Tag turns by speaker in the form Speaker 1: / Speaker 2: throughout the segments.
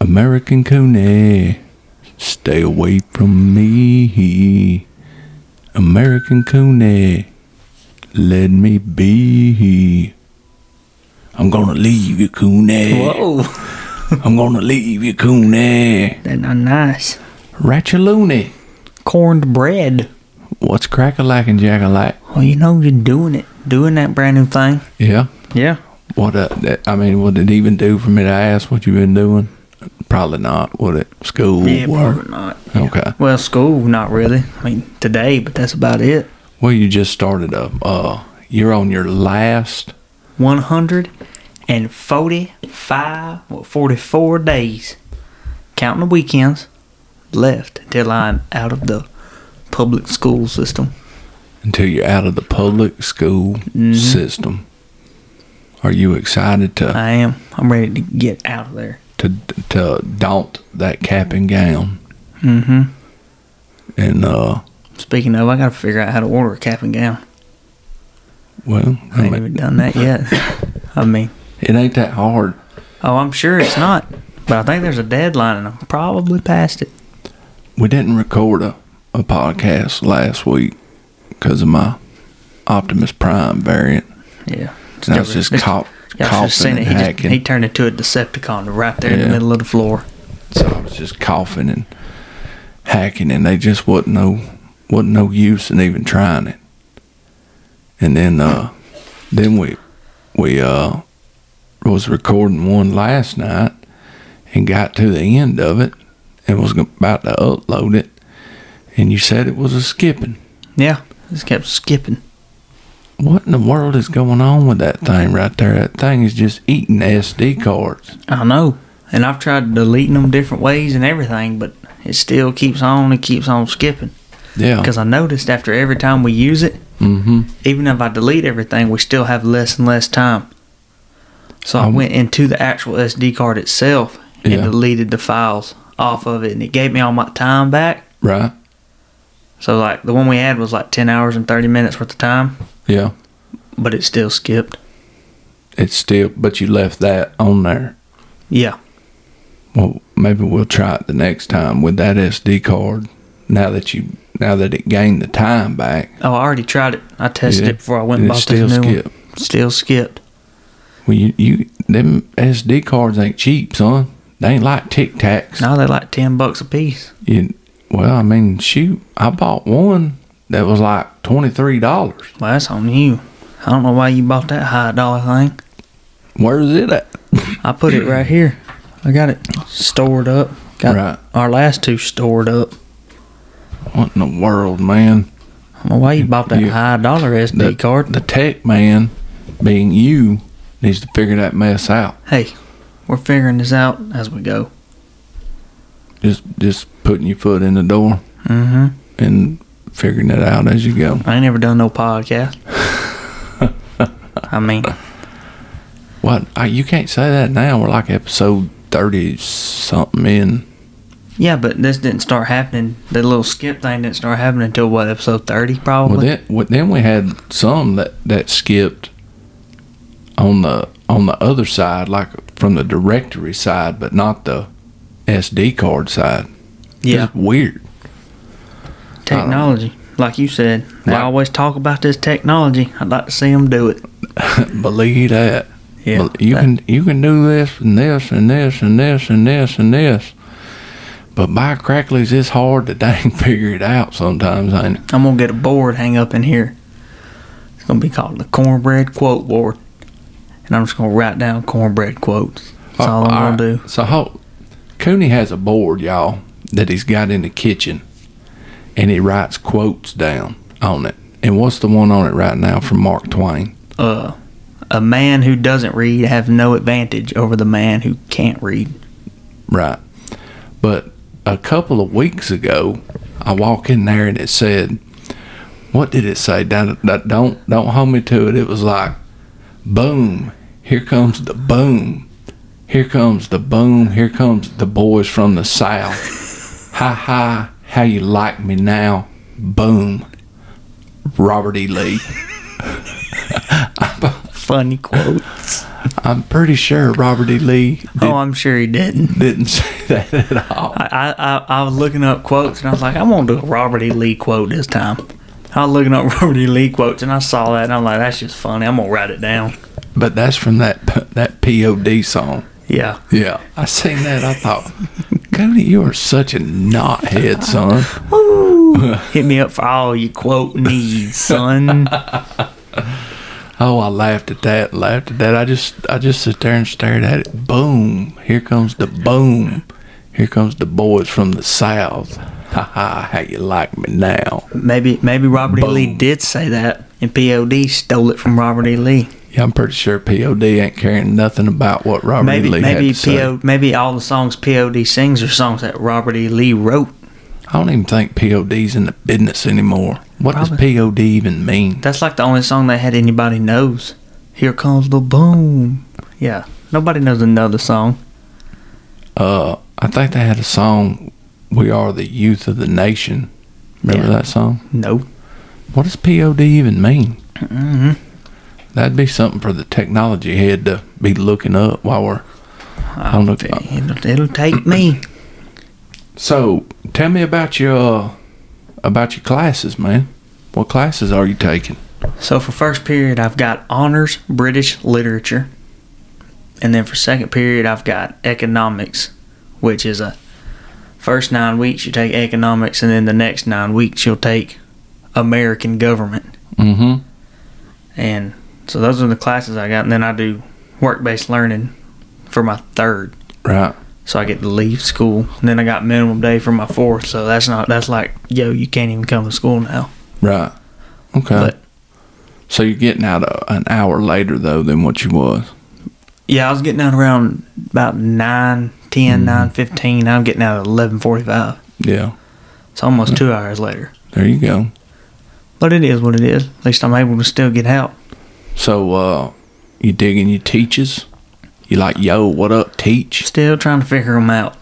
Speaker 1: American Coney. Stay away from me. American Coney. Let me be. I'm gonna leave you, Cooney.
Speaker 2: Whoa.
Speaker 1: I'm gonna leave you, Cooney.
Speaker 2: That's not nice.
Speaker 1: Ratchaloony.
Speaker 2: Corned bread.
Speaker 1: What's crack a lack and jack a lack?
Speaker 2: Well, Oh, you know you're doing it. Doing that brand new thing.
Speaker 1: Yeah.
Speaker 2: Yeah.
Speaker 1: What uh, that, I mean, would it even do for me to ask what you've been doing? Probably not. Would it? School,
Speaker 2: Yeah,
Speaker 1: work.
Speaker 2: probably not.
Speaker 1: Okay.
Speaker 2: Well, school, not really. I mean, today, but that's about it.
Speaker 1: Well, you just started up. Uh, you're on your last.
Speaker 2: 145 or 44 days, counting the weekends, left until I'm out of the public school system.
Speaker 1: until you're out of the public school
Speaker 2: Mm-hmm.
Speaker 1: system. Are you excited to,
Speaker 2: I am. I'm ready to get out of there.
Speaker 1: to to daunt that cap and gown?
Speaker 2: hmm
Speaker 1: And uh,
Speaker 2: Speaking of, I gotta figure out how to order a cap and gown.
Speaker 1: well, I
Speaker 2: I ain't
Speaker 1: mean,
Speaker 2: even done that yet. I mean,
Speaker 1: it ain't that hard.
Speaker 2: oh, I'm sure it's not, but I think there's a deadline, and I'm probably past it.
Speaker 1: We didn't record a, a podcast last week because of my Optimus Prime variant.
Speaker 2: Yeah. It's
Speaker 1: And I was
Speaker 2: never-
Speaker 1: just
Speaker 2: it's-
Speaker 1: caught
Speaker 2: y'all should've
Speaker 1: coughing
Speaker 2: seen
Speaker 1: and
Speaker 2: it. He, just-
Speaker 1: hacking.
Speaker 2: he turned into a Decepticon right there in
Speaker 1: Yeah.
Speaker 2: the middle of the floor.
Speaker 1: So I was just coughing and hacking, and they just wasn't no wasn't no use in even trying it. And then uh, then we we uh was recording one last night, and got to the end of it, and was about to upload it, and you said it was a skipping.
Speaker 2: Yeah, just kept skipping.
Speaker 1: What in the world is going on with that thing right there? That thing is just eating SD cards.
Speaker 2: I know, and I've tried deleting them different ways and everything, but it still keeps on and keeps on skipping.
Speaker 1: Yeah.
Speaker 2: Because I noticed after every time we use it,
Speaker 1: Mm-hmm.
Speaker 2: even if I delete everything, we still have less and less time. So I
Speaker 1: Um,
Speaker 2: went into the actual SD card itself and
Speaker 1: Yeah.
Speaker 2: deleted the files off of it, and it gave me all my time back.
Speaker 1: Right.
Speaker 2: So like the one we had was like ten hours and thirty minutes worth of time,
Speaker 1: Yeah.
Speaker 2: but it still skipped.
Speaker 1: It's still, but you left that on there.
Speaker 2: Yeah,
Speaker 1: Well, maybe we'll try it the next time with that SD card. Now that you, now that it gained the time back,
Speaker 2: Oh, I already tried it. I tested
Speaker 1: Yeah.
Speaker 2: it before I went
Speaker 1: And
Speaker 2: and
Speaker 1: it
Speaker 2: bought
Speaker 1: still
Speaker 2: this new
Speaker 1: skipped.
Speaker 2: one. Still skipped.
Speaker 1: well, you, you them SD cards ain't cheap, son. They ain't like Tic Tacs.
Speaker 2: Now they're like ten bucks a piece.
Speaker 1: You, well, I mean, shoot, I bought one that was like twenty three dollars.
Speaker 2: Well, that's on you. I don't know why you bought that high dollar thing.
Speaker 1: Where is it at?
Speaker 2: I put it right here. I got it stored up. Got
Speaker 1: Right.
Speaker 2: our last two stored up.
Speaker 1: What in the world, man?
Speaker 2: I don't know why you bought that
Speaker 1: Yeah.
Speaker 2: high dollar SD
Speaker 1: The
Speaker 2: card.
Speaker 1: the tech man, being you, needs to figure that mess out.
Speaker 2: hey, we're figuring this out as we go.
Speaker 1: Just, just putting your foot in the door
Speaker 2: Mm-hmm.
Speaker 1: and figuring it out as you go.
Speaker 2: I ain't never done no podcast. I mean,
Speaker 1: What? I, you can't say that now. We're like episode 30 something in.
Speaker 2: yeah, but this didn't start happening. The little skip thing didn't start happening until what episode thirty, probably.
Speaker 1: Well, then, well, then we had some that, that skipped on the on the other side, like from the directory side, but not the SD card side.
Speaker 2: yeah,
Speaker 1: It's weird.
Speaker 2: Technology, like you said, they
Speaker 1: Like-
Speaker 2: always talk about this technology. I'd like to see them do it.
Speaker 1: Believe that.
Speaker 2: Yeah,
Speaker 1: Well, you can you can do this and this and this and this and this and this. But by cracklies, it's hard to dang figure it out sometimes, ain't it?
Speaker 2: I'm gonna get a board hang up in here. It's gonna be called the cornbread quote board, and I'm just gonna write down cornbread quotes.
Speaker 1: Oh,
Speaker 2: That's all I'm
Speaker 1: Alright,
Speaker 2: gonna do.
Speaker 1: So ho- Cooney has a board, y'all, that he's got in the kitchen, and he writes quotes down on it. And what's the one on it right now from Mark Twain?
Speaker 2: Uh, a man who doesn't read have no advantage over the man who can't read.
Speaker 1: Right. But a couple of weeks ago, I walk in there and it said, "What did it say?" Don't don't, don't hold me to it. It was like, "Boom! Here comes the boom! Here comes the boom! Here comes the boys from the south! ha ha! How you like me now? Boom!" Robert E. Lee.
Speaker 2: Funny quotes.
Speaker 1: I'm pretty sure Robert E. Lee did,
Speaker 2: Oh, I'm sure he didn't.
Speaker 1: didn't say that at all.
Speaker 2: I, I, I, I was looking up quotes and I was like, I want to do a Robert E. Lee quote this time. I was looking up Robert E. Lee quotes and I saw that and I'm like, that's just funny. I'm going to write it down.
Speaker 1: But that's from that that POD song.
Speaker 2: Yeah.
Speaker 1: Yeah, I seen that. I thought, Cody, you are such a knothead, son.
Speaker 2: Hit me up for all your quote needs, son.
Speaker 1: Oh, I laughed at that. Laughed at that. I just I just sit there and stared at it. Boom! Here comes the boom. Here comes the boys from the south. Ha ha! How you like me now?
Speaker 2: maybe maybe Robert E. Lee
Speaker 1: Boom.
Speaker 2: did say that and POD stole it from Robert E. Lee.
Speaker 1: Yeah, I'm pretty sure POD ain't caring nothing about what Robert
Speaker 2: Maybe
Speaker 1: E. Lee
Speaker 2: maybe
Speaker 1: had to say.
Speaker 2: PO, maybe all the songs POD sings are songs that Robert E. Lee wrote.
Speaker 1: I don't even think POD's in the business anymore. What
Speaker 2: Probably.
Speaker 1: does POD even mean?
Speaker 2: That's like the only song they had anybody knows. Here comes the boom. Yeah. Nobody knows another song.
Speaker 1: Uh, I think they had a song, "We Are the Youth of the Nation." Remember
Speaker 2: Yeah.
Speaker 1: that song?
Speaker 2: No.
Speaker 1: What does POD even mean?
Speaker 2: Mm-hmm.
Speaker 1: That'd be something for the technology head to be looking up while we're. I don't know.
Speaker 2: It'll, it'll take me.
Speaker 1: So, tell me about your uh, about your classes, man. What classes are you taking?
Speaker 2: So for first period, I've got honors British literature, and then for second period, I've got economics, which is a first nine weeks you take economics, and then the next nine weeks you'll take American government,
Speaker 1: Mm-hmm.
Speaker 2: and so those are the classes I got, and then I do work based learning for my third.
Speaker 1: Right.
Speaker 2: So I get to leave school, and then I got minimum day for my fourth. So that's not that's like yo, you can't even come to school now.
Speaker 1: Right. Okay.
Speaker 2: But
Speaker 1: so you're getting out a, an hour later though than what you was.
Speaker 2: Yeah, I was getting out around about 9,
Speaker 1: Mm-hmm.
Speaker 2: 10, 9, 15. I'm getting out at 11.45.
Speaker 1: Yeah.
Speaker 2: It's
Speaker 1: Hmm.
Speaker 2: almost two hours later.
Speaker 1: There you go.
Speaker 2: But it is what it is. At least I'm able to still get out.
Speaker 1: So, uh, you digging your teachers? You like, yo, what up, teach?
Speaker 2: Still trying to figure them out.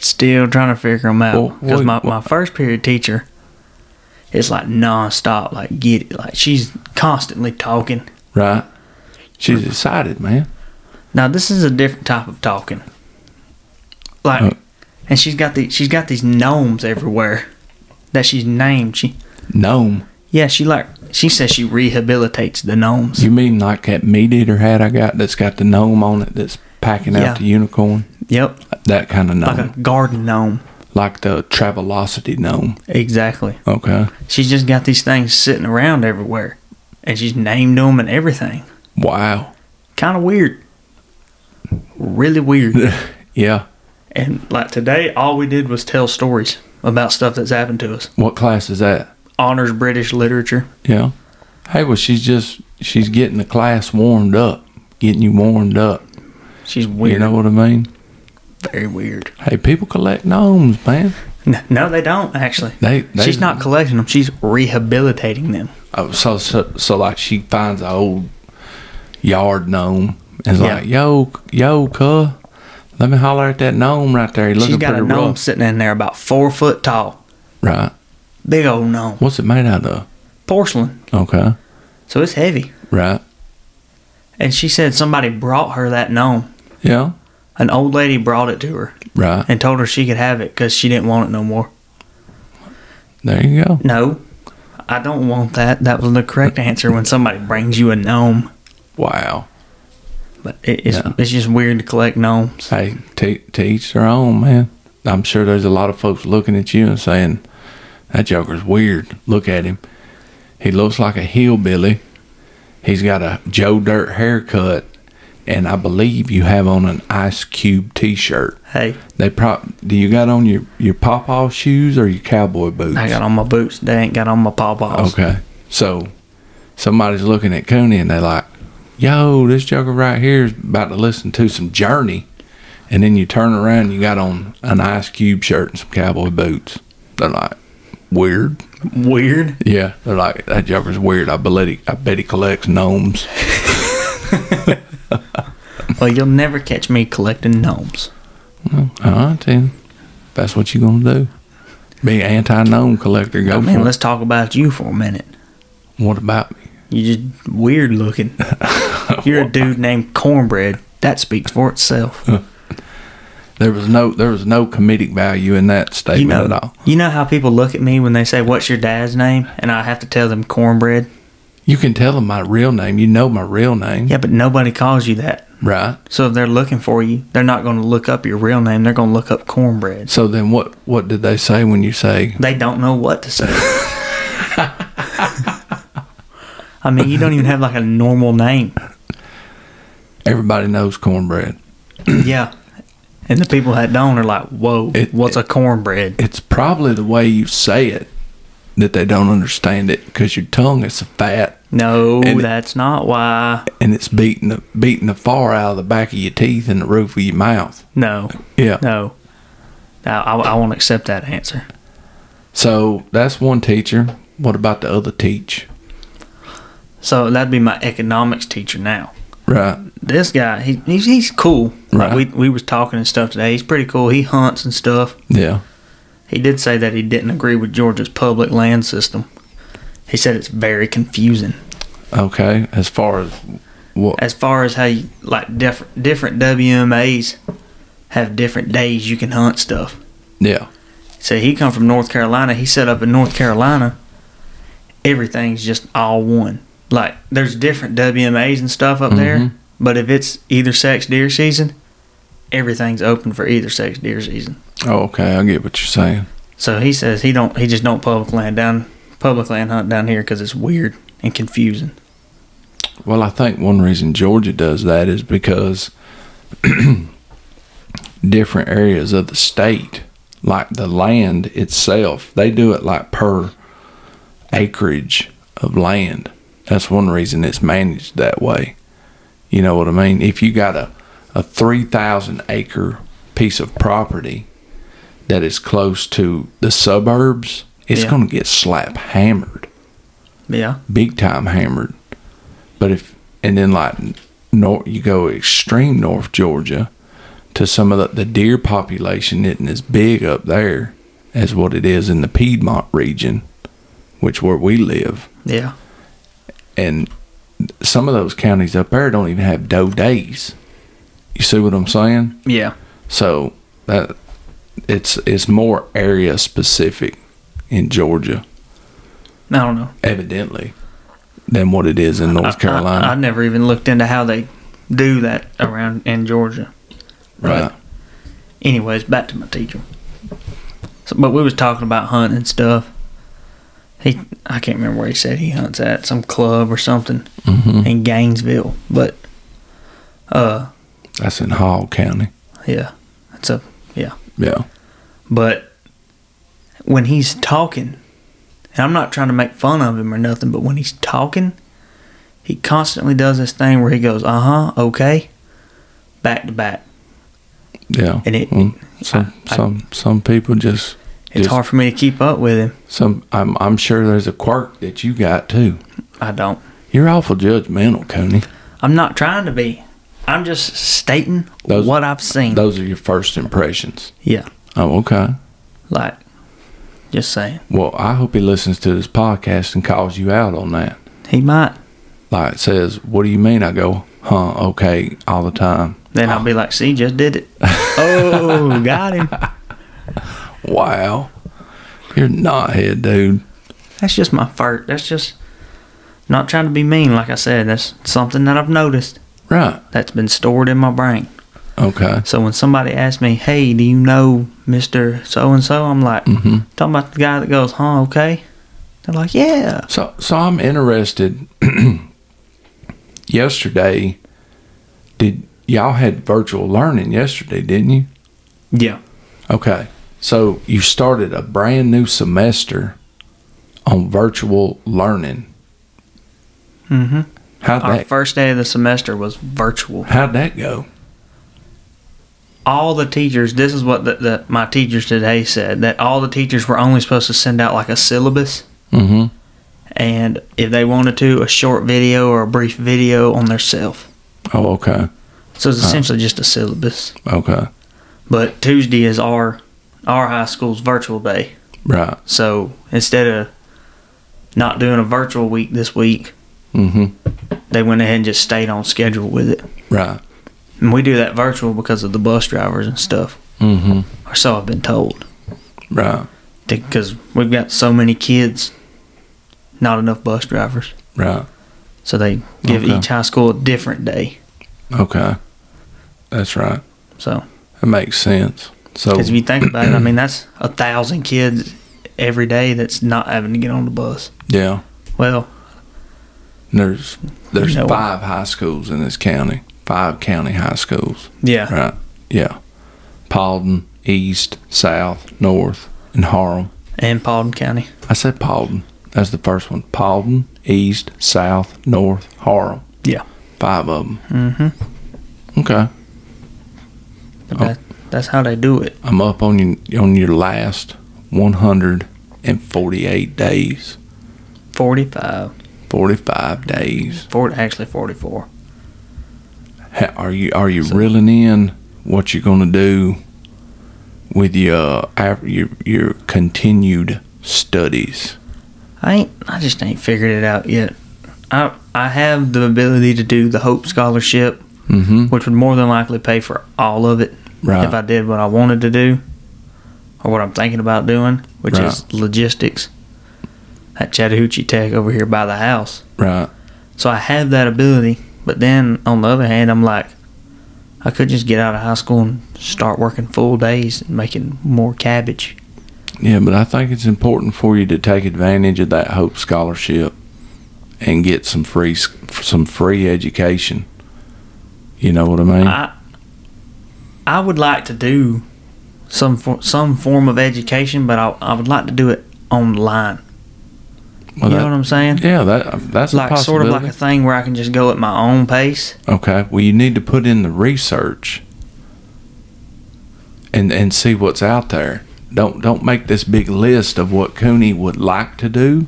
Speaker 2: still trying to figure them
Speaker 1: Well,
Speaker 2: out. Because
Speaker 1: what-
Speaker 2: my, my first period teacher is like nonstop. Like, get it. Like, she's constantly talking.
Speaker 1: Right. She's excited, man.
Speaker 2: Now, this is a different type of talking. Like,
Speaker 1: Uh.
Speaker 2: and she's got the she's got these gnomes everywhere that she's named. She
Speaker 1: Gnome.
Speaker 2: Yeah, she like she says she rehabilitates the gnomes.
Speaker 1: You mean like that meat eater hat I got that's got the gnome on it that's packing
Speaker 2: Yeah.
Speaker 1: out the unicorn?
Speaker 2: Yep,
Speaker 1: That kind of gnome.
Speaker 2: like a garden gnome.
Speaker 1: like the Travelocity gnome.
Speaker 2: Exactly.
Speaker 1: Okay.
Speaker 2: She's just got these things sitting around everywhere, and she's named them and everything.
Speaker 1: Wow.
Speaker 2: Kind of weird. Really weird.
Speaker 1: Yeah.
Speaker 2: and like today, all we did was tell stories about stuff that's happened to us.
Speaker 1: What class is that?
Speaker 2: Honors British literature.
Speaker 1: Yeah. Hey, well, she's just, she's getting the class warmed up, getting you warmed up.
Speaker 2: She's weird.
Speaker 1: You know what I mean?
Speaker 2: very weird.
Speaker 1: Hey, people collect gnomes, man.
Speaker 2: No, no, they don't actually.
Speaker 1: They, they
Speaker 2: she's not collecting them. She's rehabilitating them.
Speaker 1: Oh, so, so so like she finds an old yard gnome and is
Speaker 2: Yeah.
Speaker 1: like, yo, yo, cuh, let me holler at that gnome right there. He looking
Speaker 2: She's got a
Speaker 1: pretty
Speaker 2: gnome
Speaker 1: rough.
Speaker 2: sitting in there about four foot tall.
Speaker 1: Right.
Speaker 2: Big old gnome.
Speaker 1: What's it made out of?
Speaker 2: porcelain,
Speaker 1: Okay.
Speaker 2: so it's heavy.
Speaker 1: Right.
Speaker 2: And she said somebody brought her that gnome.
Speaker 1: Yeah.
Speaker 2: An old lady brought it to her
Speaker 1: Right.
Speaker 2: and told her she could have it because she didn't want it no more.
Speaker 1: There you go.
Speaker 2: No, I don't want that. That was the correct answer when somebody brings you a gnome.
Speaker 1: Wow.
Speaker 2: But it, it's
Speaker 1: Yeah.
Speaker 2: it's just weird to collect gnomes.
Speaker 1: Hey, to, to each their own, man. I'm sure there's a lot of folks looking at you and saying, that joker's weird. Look at him. He looks like a hillbilly. He's got a Joe Dirt haircut. And I believe you have on an Ice Cube t shirt.
Speaker 2: Hey,
Speaker 1: They prop. Do you got on your your pawpaw shoes or your cowboy boots?
Speaker 2: I got on my boots. They ain't got on my pawpaws.
Speaker 1: Okay, so somebody's looking at Cooney and they like, "Yo, this joker right here is about to listen to some Journey," and then you turn around and you got on an Ice Cube shirt and some cowboy boots. They're like, "Weird."
Speaker 2: Weird.
Speaker 1: Yeah, they're like, "That joker's weird." I bet he, I bet he collects gnomes.
Speaker 2: Well, you'll never catch me collecting gnomes.
Speaker 1: All right, then, If that's what you gonna do. Be an anti gnome collector. Go
Speaker 2: I
Speaker 1: for
Speaker 2: mean,
Speaker 1: it.
Speaker 2: let's talk about you for a minute.
Speaker 1: What about me?
Speaker 2: You're just weird looking. You're a dude named Cornbread. That speaks for itself.
Speaker 1: There was no there was no comedic value in that
Speaker 2: You
Speaker 1: statement
Speaker 2: know,
Speaker 1: at all.
Speaker 2: you know how people look at me when they say, "What's your dad's name?" and I have to tell them Cornbread.
Speaker 1: You can tell them my real name. You know my real name,
Speaker 2: Yeah, but nobody calls you that.
Speaker 1: right?
Speaker 2: So if they're looking for you, they're not going to look up your real name. They're going to look up Cornbread.
Speaker 1: So then, what what did they say when you say
Speaker 2: They don't know what to say. I mean, you don't even have like a normal name.
Speaker 1: everybody knows cornbread?
Speaker 2: Yeah. And the people that don't are like, whoa,
Speaker 1: It-
Speaker 2: what's a cornbread?
Speaker 1: It's probably the way you say it that they don't understand it because your tongue is fat
Speaker 2: No,
Speaker 1: and-
Speaker 2: that's not why.
Speaker 1: and it's beating the beating the far out of the back of your teeth and the roof of your mouth.
Speaker 2: No,
Speaker 1: Yeah.
Speaker 2: no. I, I, I won't accept that answer.
Speaker 1: So that's one teacher. What about the other teach?
Speaker 2: So that'd be my economics teacher now.
Speaker 1: Right.
Speaker 2: This guy, he, he's, he's cool. Like
Speaker 1: Right.
Speaker 2: we, we was talking and stuff today. He's pretty cool. He hunts and stuff.
Speaker 1: Yeah.
Speaker 2: He did say that he didn't agree with Georgia's public land system. He said it's very confusing
Speaker 1: Okay. As far as what?
Speaker 2: as far as how you like diff- different WMAs have different days you can hunt stuff.
Speaker 1: Yeah.
Speaker 2: So he come from North Carolina. He set up in North Carolina. Everything's just all one. Like there's different WMAs and stuff up
Speaker 1: Mhm.
Speaker 2: there, but if it's either sex deer season, everything's open for either sex deer season.
Speaker 1: Oh, okay. I get what you're saying.
Speaker 2: So he says he don't he just don't public land down public land hunt down here because it's weird and confusing.
Speaker 1: Well, I think one reason Georgia does that is because different areas of the state, like the land itself, they do it like per acreage of land. That's one reason it's managed that way. You know what I mean? If you got a, a 3,000 acre piece of property that is close to the suburbs, it's
Speaker 2: Yeah.
Speaker 1: going to get slap hammered
Speaker 2: Yeah,
Speaker 1: big time hammered. But if and then like north, you go extreme North Georgia to some of the, the deer population isn't as big up there as what it is in the Piedmont region, which where we live,
Speaker 2: yeah,
Speaker 1: and some of those counties up there don't even have doe days. You see what I'm saying?
Speaker 2: yeah.
Speaker 1: So that it's it's more area specific in Georgia,
Speaker 2: I don't know.
Speaker 1: evidently, than what it is in North
Speaker 2: I-
Speaker 1: Carolina.
Speaker 2: I, I never even looked into how they do that around in Georgia.
Speaker 1: right.
Speaker 2: anyways, back to my teacher. So, but we was talking about hunting and stuff. He, I can't remember where he said he hunts at some club or something
Speaker 1: hmm
Speaker 2: in Gainesville, but uh,
Speaker 1: That's in Hall County.
Speaker 2: yeah, that's a yeah.
Speaker 1: Yeah.
Speaker 2: But when he's talking, and I'm not trying to make fun of him or nothing, but when he's talking, he constantly does this thing where he goes, uh huh, okay, back to back.
Speaker 1: Yeah.
Speaker 2: And it-
Speaker 1: Mm. some
Speaker 2: I- I-
Speaker 1: some some people just
Speaker 2: It's
Speaker 1: Just-
Speaker 2: hard for me to keep up with him.
Speaker 1: some I'm I'm sure there's a quirk that you got too.
Speaker 2: I don't.
Speaker 1: You're awful judgmental, Coney.
Speaker 2: I'm not trying to be. I'm just stating
Speaker 1: Those-
Speaker 2: what I've seen.
Speaker 1: Those are your first impressions.
Speaker 2: yeah,
Speaker 1: Oh, okay.
Speaker 2: like just saying.
Speaker 1: Well, I hope he listens to this podcast and calls you out on that.
Speaker 2: He might.
Speaker 1: Like says, what do you mean? I go, huh? Okay, all the time.
Speaker 2: Then I'll be like, "See, just did it." oh, got him.
Speaker 1: Wow, you're knothead, dude.
Speaker 2: That's just my fart. That's just not trying to be mean. Like I said, that's something that I've noticed
Speaker 1: Right.
Speaker 2: that's been stored in my brain.
Speaker 1: Okay.
Speaker 2: So when somebody asks me, "Hey, do you know Mister So and So?" I'm like,
Speaker 1: Mm-hmm.
Speaker 2: "Talking about the guy that goes, huh? Okay." They're like, "Yeah."
Speaker 1: So, so I'm interested. yesterday, did y'all had virtual learning yesterday, didn't you?
Speaker 2: Yeah.
Speaker 1: Okay. So you started a brand new semester on virtual learning.
Speaker 2: Mm-hmm.
Speaker 1: How'd
Speaker 2: Our
Speaker 1: that
Speaker 2: first day of the semester was virtual.
Speaker 1: How'd that go?
Speaker 2: all the teachers this is what the, the my teachers today said that all the teachers were only supposed to send out like a syllabus
Speaker 1: Mm-hmm.
Speaker 2: and if they wanted to a short video or a brief video on their self
Speaker 1: Oh, okay.
Speaker 2: so it's essentially just a syllabus
Speaker 1: Okay.
Speaker 2: but tuesday is our our high school's virtual day
Speaker 1: Right.
Speaker 2: so instead of not doing a virtual week this week
Speaker 1: hmm
Speaker 2: They went ahead and just stayed on schedule with it.
Speaker 1: Right.
Speaker 2: And we do that virtual because of the bus drivers and stuff,
Speaker 1: hmm
Speaker 2: or so I've been told.
Speaker 1: Right.
Speaker 2: Because we've got so many kids, not enough bus drivers.
Speaker 1: Right.
Speaker 2: So they give
Speaker 1: Okay.
Speaker 2: each high school a different day.
Speaker 1: Okay. That's right.
Speaker 2: So,
Speaker 1: That makes sense. So
Speaker 2: because if you think about it, I mean, that's a thousand kids every day that's not having to get on the bus.
Speaker 1: yeah,
Speaker 2: Well,
Speaker 1: there's there's
Speaker 2: No.
Speaker 1: five high schools in this county. Five county high schools.
Speaker 2: yeah,
Speaker 1: Right. Yeah. Paulden, East, South, North, and Harlem.
Speaker 2: and Paulding County.
Speaker 1: I said Paulden. That's the first one. Paulden, East, South, North, Harlem.
Speaker 2: Yeah.
Speaker 1: Five of them.
Speaker 2: Mm-hmm.
Speaker 1: Okay.
Speaker 2: But that, that's how they do it.
Speaker 1: I'm up on your on your last 148 days.
Speaker 2: 45,
Speaker 1: 45 days.
Speaker 2: 40, actually 44.
Speaker 1: Ha- Are you are you reeling in what you're gonna do with your af- your your continued studies?
Speaker 2: I ain't. I just ain't figured it out yet. I I have the ability to do the Hope Scholarship,
Speaker 1: Mm-hmm.
Speaker 2: which would more than likely pay for all of it if
Speaker 1: Right.
Speaker 2: I did what I wanted to do, or what I'm thinking about doing, which is logistics at Chattahoochee Tech over here by the house.
Speaker 1: right.
Speaker 2: So I have that ability, but then on the other hand, I'm like, I could just get out of high school and start working full days and making more cabbage.
Speaker 1: Yeah, but I think it's important for you to take advantage of that Hope Scholarship and get some free s- some free education. You know what I mean?
Speaker 2: I I would like to do some for, some form of education, but I, I would like to do it online.
Speaker 1: Well,
Speaker 2: you
Speaker 1: that-
Speaker 2: know what I'm saying?
Speaker 1: yeah, that that's a
Speaker 2: like sort
Speaker 1: possibility.
Speaker 2: of like a thing where I can just go at my own pace.
Speaker 1: Okay. Well, you need to put in the research and and see what's out there. Don't don't make this big list of what Cooney would like to do,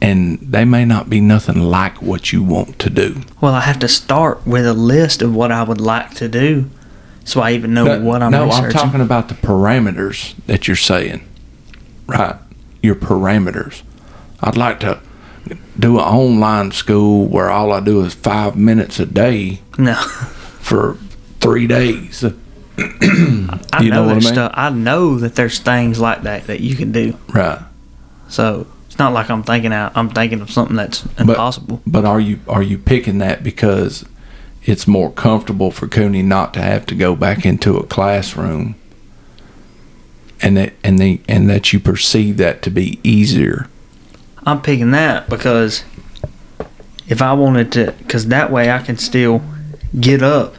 Speaker 1: and they may not be nothing like what you want to do.
Speaker 2: Well, I have to start with a list of what I would like to do, so I even know what I'm
Speaker 1: no, I'm
Speaker 2: researching.
Speaker 1: talking about the parameters that you're saying, right? Your parameters. I'd like to do an online school where all I do is five minutes a day
Speaker 2: no,
Speaker 1: for three days.
Speaker 2: I
Speaker 1: You know
Speaker 2: know,
Speaker 1: what I
Speaker 2: there's
Speaker 1: mean?
Speaker 2: stuff. I know that there's things like that that you can do.
Speaker 1: Right.
Speaker 2: So it's not like I'm thinking out. I'm thinking of something that's impossible.
Speaker 1: But are you are you picking that because it's more comfortable for Cooney not to have to go back into a classroom, and that and the and that you perceive that to be easier?
Speaker 2: I'm picking that because if I wanted to, because that way I can still get up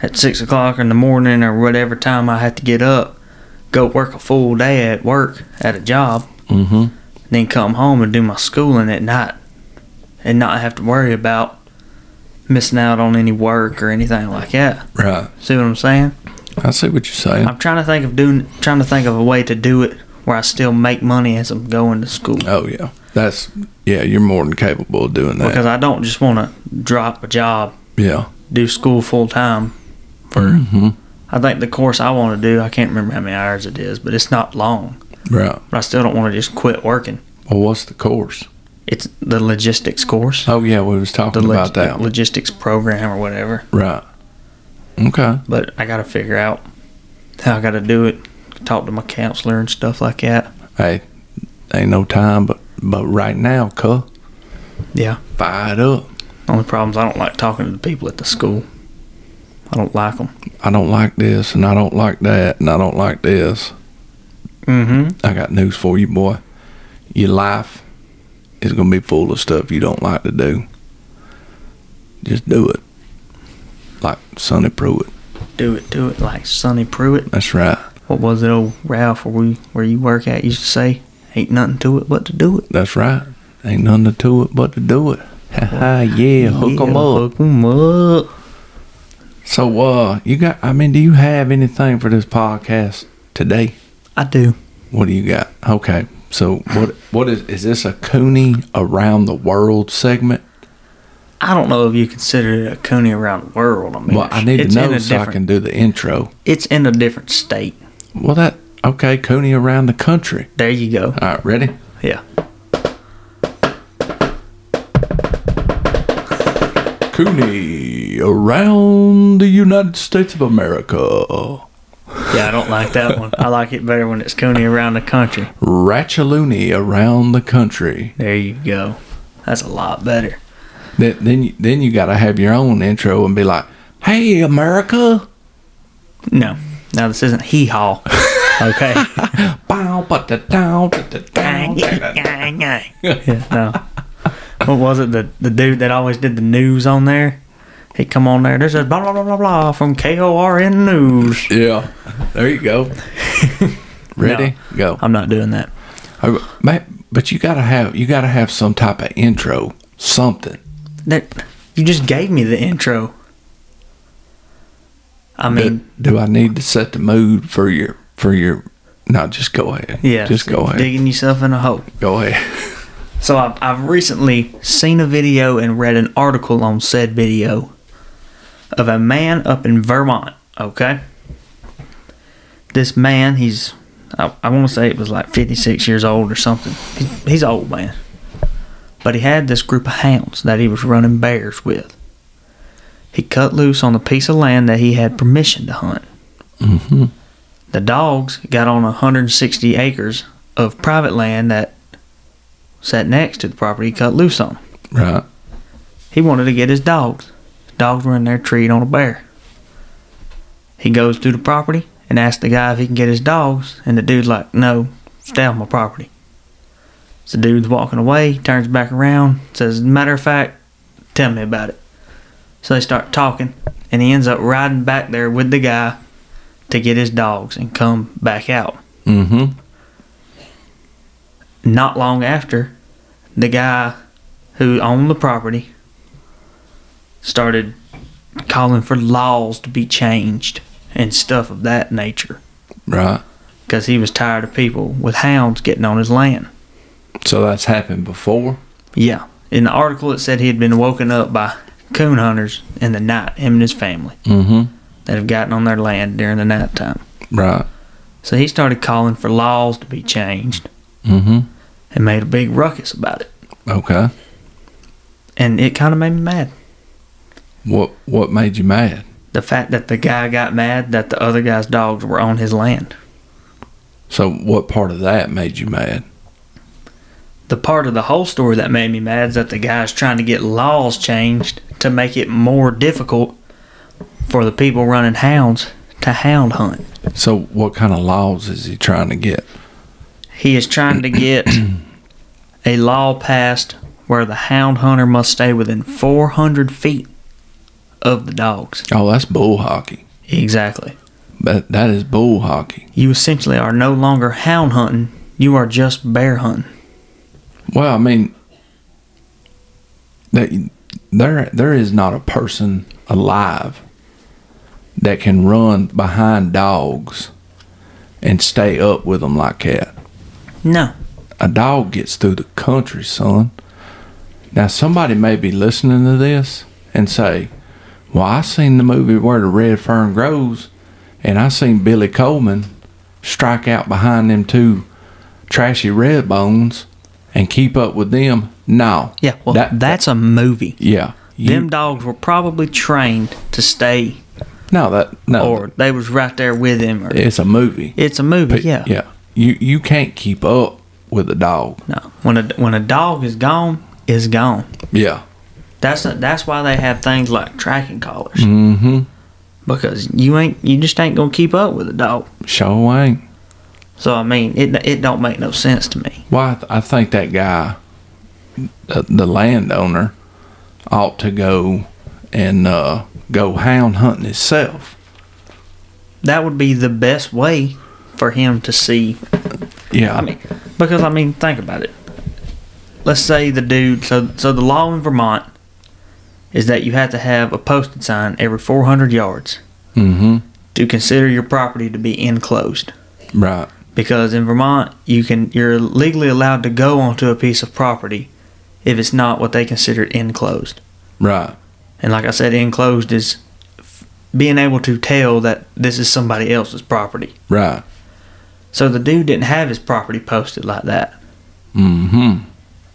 Speaker 2: at six o'clock in the morning or whatever time I have to get up, go work a full day at work at a job,
Speaker 1: Mm-hmm.
Speaker 2: then come home and do my schooling at night, and not have to worry about missing out on any work or anything like that.
Speaker 1: Right.
Speaker 2: See what I'm saying?
Speaker 1: I see what you're saying.
Speaker 2: I'm trying to think of doing, trying to think of a way to do it where I still make money as I'm going to school.
Speaker 1: oh yeah, that's yeah. You're more than capable of doing that.
Speaker 2: Because I don't just want to drop a job
Speaker 1: yeah.
Speaker 2: do school full time.
Speaker 1: Mm-hmm.
Speaker 2: I think the course I want to do, I can't remember how many hours it is, but it's not long.
Speaker 1: Right.
Speaker 2: But I still don't want to just quit working.
Speaker 1: Well, what's the course?
Speaker 2: It's the logistics course,
Speaker 1: Oh yeah, we was
Speaker 2: the
Speaker 1: talking
Speaker 2: log-
Speaker 1: about that.
Speaker 2: logistics program or whatever.
Speaker 1: right. Okay.
Speaker 2: But I got to figure out how I got to do it. Talk to my counselor and stuff like that.
Speaker 1: Hey, ain't no time, but but right now, cuh,
Speaker 2: Yeah.
Speaker 1: fire it up.
Speaker 2: Only problem is I don't like talking to the people at the school. I don't like them.
Speaker 1: I don't like this and I don't like that and I don't like this.
Speaker 2: Mm-hmm.
Speaker 1: I got news for you, boy. Your life is going to be full of stuff you don't like to do. Just do it. Like Sonny Pruitt.
Speaker 2: Do it, do it like Sonny Pruitt.
Speaker 1: That's right.
Speaker 2: What was it, old Ralph, where, we, where you work at, used to say? Ain't nothing to it but to do it.
Speaker 1: That's right. Ain't nothing to it but to do it. Ha ha, yeah, hook 'em up.
Speaker 2: Hook 'em up.
Speaker 1: So, uh, you got, I mean, do you have anything for this podcast today?
Speaker 2: I do.
Speaker 1: What do you got? Okay. So, what, what is, is this a Cooney around the world segment?
Speaker 2: I don't know if you consider it a Cooney around the world. I mean,
Speaker 1: Well, I need to
Speaker 2: it's in
Speaker 1: know
Speaker 2: a
Speaker 1: so I
Speaker 2: different,
Speaker 1: can do the intro.
Speaker 2: It's in a different state.
Speaker 1: Well, that okay, Cooney around the country.
Speaker 2: There you go.
Speaker 1: All right, ready?
Speaker 2: Yeah.
Speaker 1: Cooney around the United States of America.
Speaker 2: Yeah, I don't like that one. I like it better when it's Cooney around the country.
Speaker 1: Ratchaloony around the country.
Speaker 2: There you go. That's a lot better.
Speaker 1: Then then you, then you got to have your own intro and be like, "Hey, America!"
Speaker 2: No, no, this isn't hee haw. Okay.
Speaker 1: Bow, but the down, but the down.
Speaker 2: yeah, no. What was it? The the dude that always did the news on there. He come on there. This is blah blah blah blah blah from KORN News.
Speaker 1: Yeah, there you go. Ready? Go.
Speaker 2: I'm not doing that.
Speaker 1: Uh, ma- But you gotta have you gotta have some type of intro, something.
Speaker 2: That you just gave me the intro. I mean,
Speaker 1: But do I need to set the mood for your for your? No, just go ahead.
Speaker 2: yeah,
Speaker 1: just go ahead.
Speaker 2: Digging yourself in a hole.
Speaker 1: Go ahead.
Speaker 2: So I've, I've recently seen a video and read an article on said video of a man up in Vermont. Okay. This man, he's, I, I want to say it was like 56 years old or something. He, he's an old man. But he had this group of hounds that he was running bears with. He cut loose on a piece of land that he had permission to hunt.
Speaker 1: hmm
Speaker 2: The dogs got on 160 acres of private land that sat next to the property he cut loose on.
Speaker 1: Right.
Speaker 2: He wanted to get his dogs. Dogs were in there treed on a bear. He goes through the property and asks the guy if he can get his dogs, and the dude's like, "No, stay on my property." So the dude's walking away. He turns back around, says, "Matter of fact, tell me about it." So they start talking, and he ends up riding back there with the guy to get his dogs and come back out.
Speaker 1: hmm
Speaker 2: not long after, the guy who owned the property started calling for laws to be changed and stuff of that nature
Speaker 1: Right.
Speaker 2: because he was tired of people with hounds getting on his land.
Speaker 1: So that's happened before.
Speaker 2: Yeah. In the article, it said he had been woken up by coon hunters in the night, him and his family,
Speaker 1: hmm
Speaker 2: that have gotten on their land during the night time.
Speaker 1: Right.
Speaker 2: So he started calling for laws to be changed
Speaker 1: hmm
Speaker 2: and made a big ruckus about it.
Speaker 1: Okay.
Speaker 2: And it kind of made me mad.
Speaker 1: What What made you mad?
Speaker 2: the fact that the guy got mad that the other guy's dogs were on his land.
Speaker 1: So what part of that made you mad?
Speaker 2: The part of the whole story that made me mad is that the guy's trying to get laws changed to make it more difficult for the people running hounds to hound hunt.
Speaker 1: So what kind of laws is he trying to get?
Speaker 2: He is trying to get a law passed where the hound hunter must stay within 400 feet of the dogs.
Speaker 1: Oh, that's bull hockey.
Speaker 2: Exactly.
Speaker 1: That that is bull hockey.
Speaker 2: You essentially are no longer hound hunting, you are just bear hunting.
Speaker 1: Well, I mean, that there there is not a person alive that can run behind dogs and stay up with them like that.
Speaker 2: No.
Speaker 1: A dog gets through the country, son. Now somebody may be listening to this and say, "Well, I seen the movie where the red fern grows, and I seen Billy Coleman strike out behind them two trashy red bones and keep up with them." No,
Speaker 2: Yeah, well,
Speaker 1: That-
Speaker 2: that's a movie.
Speaker 1: yeah, you-
Speaker 2: Them dogs were probably trained to stay,
Speaker 1: no, that no,
Speaker 2: or they was right there with him. Or,
Speaker 1: it's a movie.
Speaker 2: it's a movie,
Speaker 1: But,
Speaker 2: yeah.
Speaker 1: yeah. You you can't keep up with a dog.
Speaker 2: No, when a when a dog is gone, is gone.
Speaker 1: Yeah.
Speaker 2: That's not, that's why they have things like tracking collars
Speaker 1: Mm-hmm.
Speaker 2: because you ain't you just ain't gonna keep up with a dog.
Speaker 1: Sure ain't.
Speaker 2: So I mean, it it don't make no sense to me.
Speaker 1: Well, I, th- I think that guy, the, the landowner, ought to go and uh, go hound hunting himself.
Speaker 2: That would be the best way for him to see
Speaker 1: Yeah,
Speaker 2: I mean, because I mean, think about it. Let's say the dude. So, so the law in Vermont is that you have to have a posted sign every 400 yards
Speaker 1: mm-hmm.
Speaker 2: to consider your property to be enclosed.
Speaker 1: Right.
Speaker 2: Because in Vermont, you can you're legally allowed to go onto a piece of property if it's not what they consider enclosed.
Speaker 1: Right.
Speaker 2: And like I said, enclosed is f- being able to tell that this is somebody else's property.
Speaker 1: Right.
Speaker 2: So the dude didn't have his property posted like that.
Speaker 1: Mm-hmm.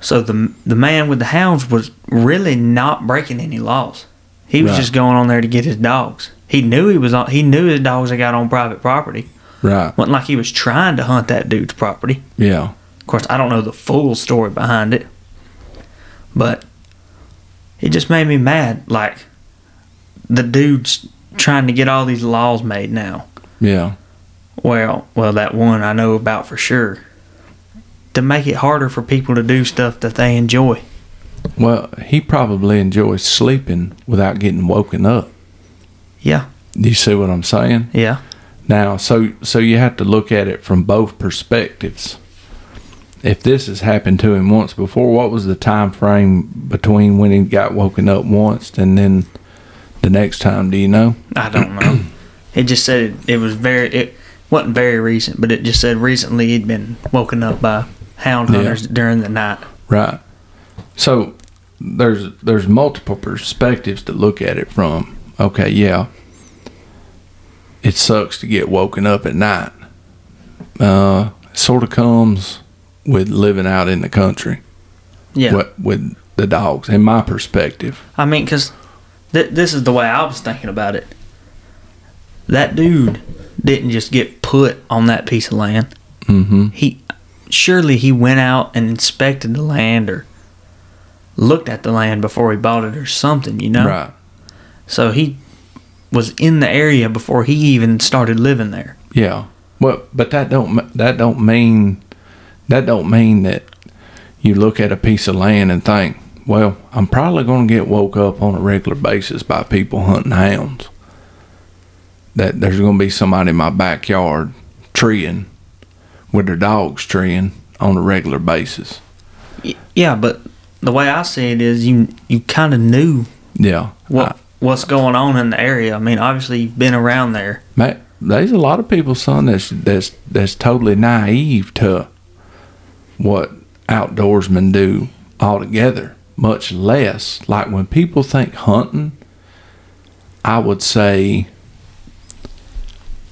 Speaker 2: So the the man with the hounds was really not breaking any laws. He was
Speaker 1: Right.
Speaker 2: just going on there to get his dogs. He knew he was on. He knew his dogs had got on private property.
Speaker 1: Right.
Speaker 2: wasn't like he was trying to hunt that dude's property.
Speaker 1: Yeah.
Speaker 2: Of course, I don't know the full story behind it, but it just made me mad. Like the dude's trying to get all these laws made now.
Speaker 1: Yeah.
Speaker 2: Well, well, that one I know about for sure. To make it harder for people to do stuff that they enjoy.
Speaker 1: Well, he probably enjoys sleeping without getting woken up.
Speaker 2: Yeah,
Speaker 1: You see what I'm saying?
Speaker 2: yeah,
Speaker 1: Now, so so you have to look at it from both perspectives. If this has happened to him once before, what was the time frame between when he got woken up once and then the next time? Do you know?
Speaker 2: I don't know. it just said it, it was very. It wasn't very recent, but it just said recently he'd been woken up by hound
Speaker 1: Yeah.
Speaker 2: hunters during the night.
Speaker 1: Right. So there's there's multiple perspectives to look at it from. Okay, yeah. It sucks to get woken up at night. Uh, sort of comes with living out in the country.
Speaker 2: Yeah.
Speaker 1: What with the dogs, in my perspective.
Speaker 2: I mean, because th- this is the way I was thinking about it. That dude didn't just get put on that piece of land.
Speaker 1: Mm-hmm.
Speaker 2: He surely he went out and inspected the land or looked at the land before he bought it or something, you know.
Speaker 1: Right.
Speaker 2: So he was in the area before he even started living there.
Speaker 1: Yeah. Well, but that don't m- that don't mean that don't mean that you look at a piece of land and think, well, I'm probably going to get woke up on a regular basis by people hunting hounds. That there's going to be somebody in my backyard treeing with their dogs treeing on a regular basis.
Speaker 2: Y- Yeah, but the way I see it is, you you kind of knew
Speaker 1: Yeah.
Speaker 2: what what's going on in the area. I mean, obviously you've been around there.
Speaker 1: Matt, there's a lot of people, son, that's that's that's totally naive to what outdoorsmen do altogether. Much less like when people think hunting, I would say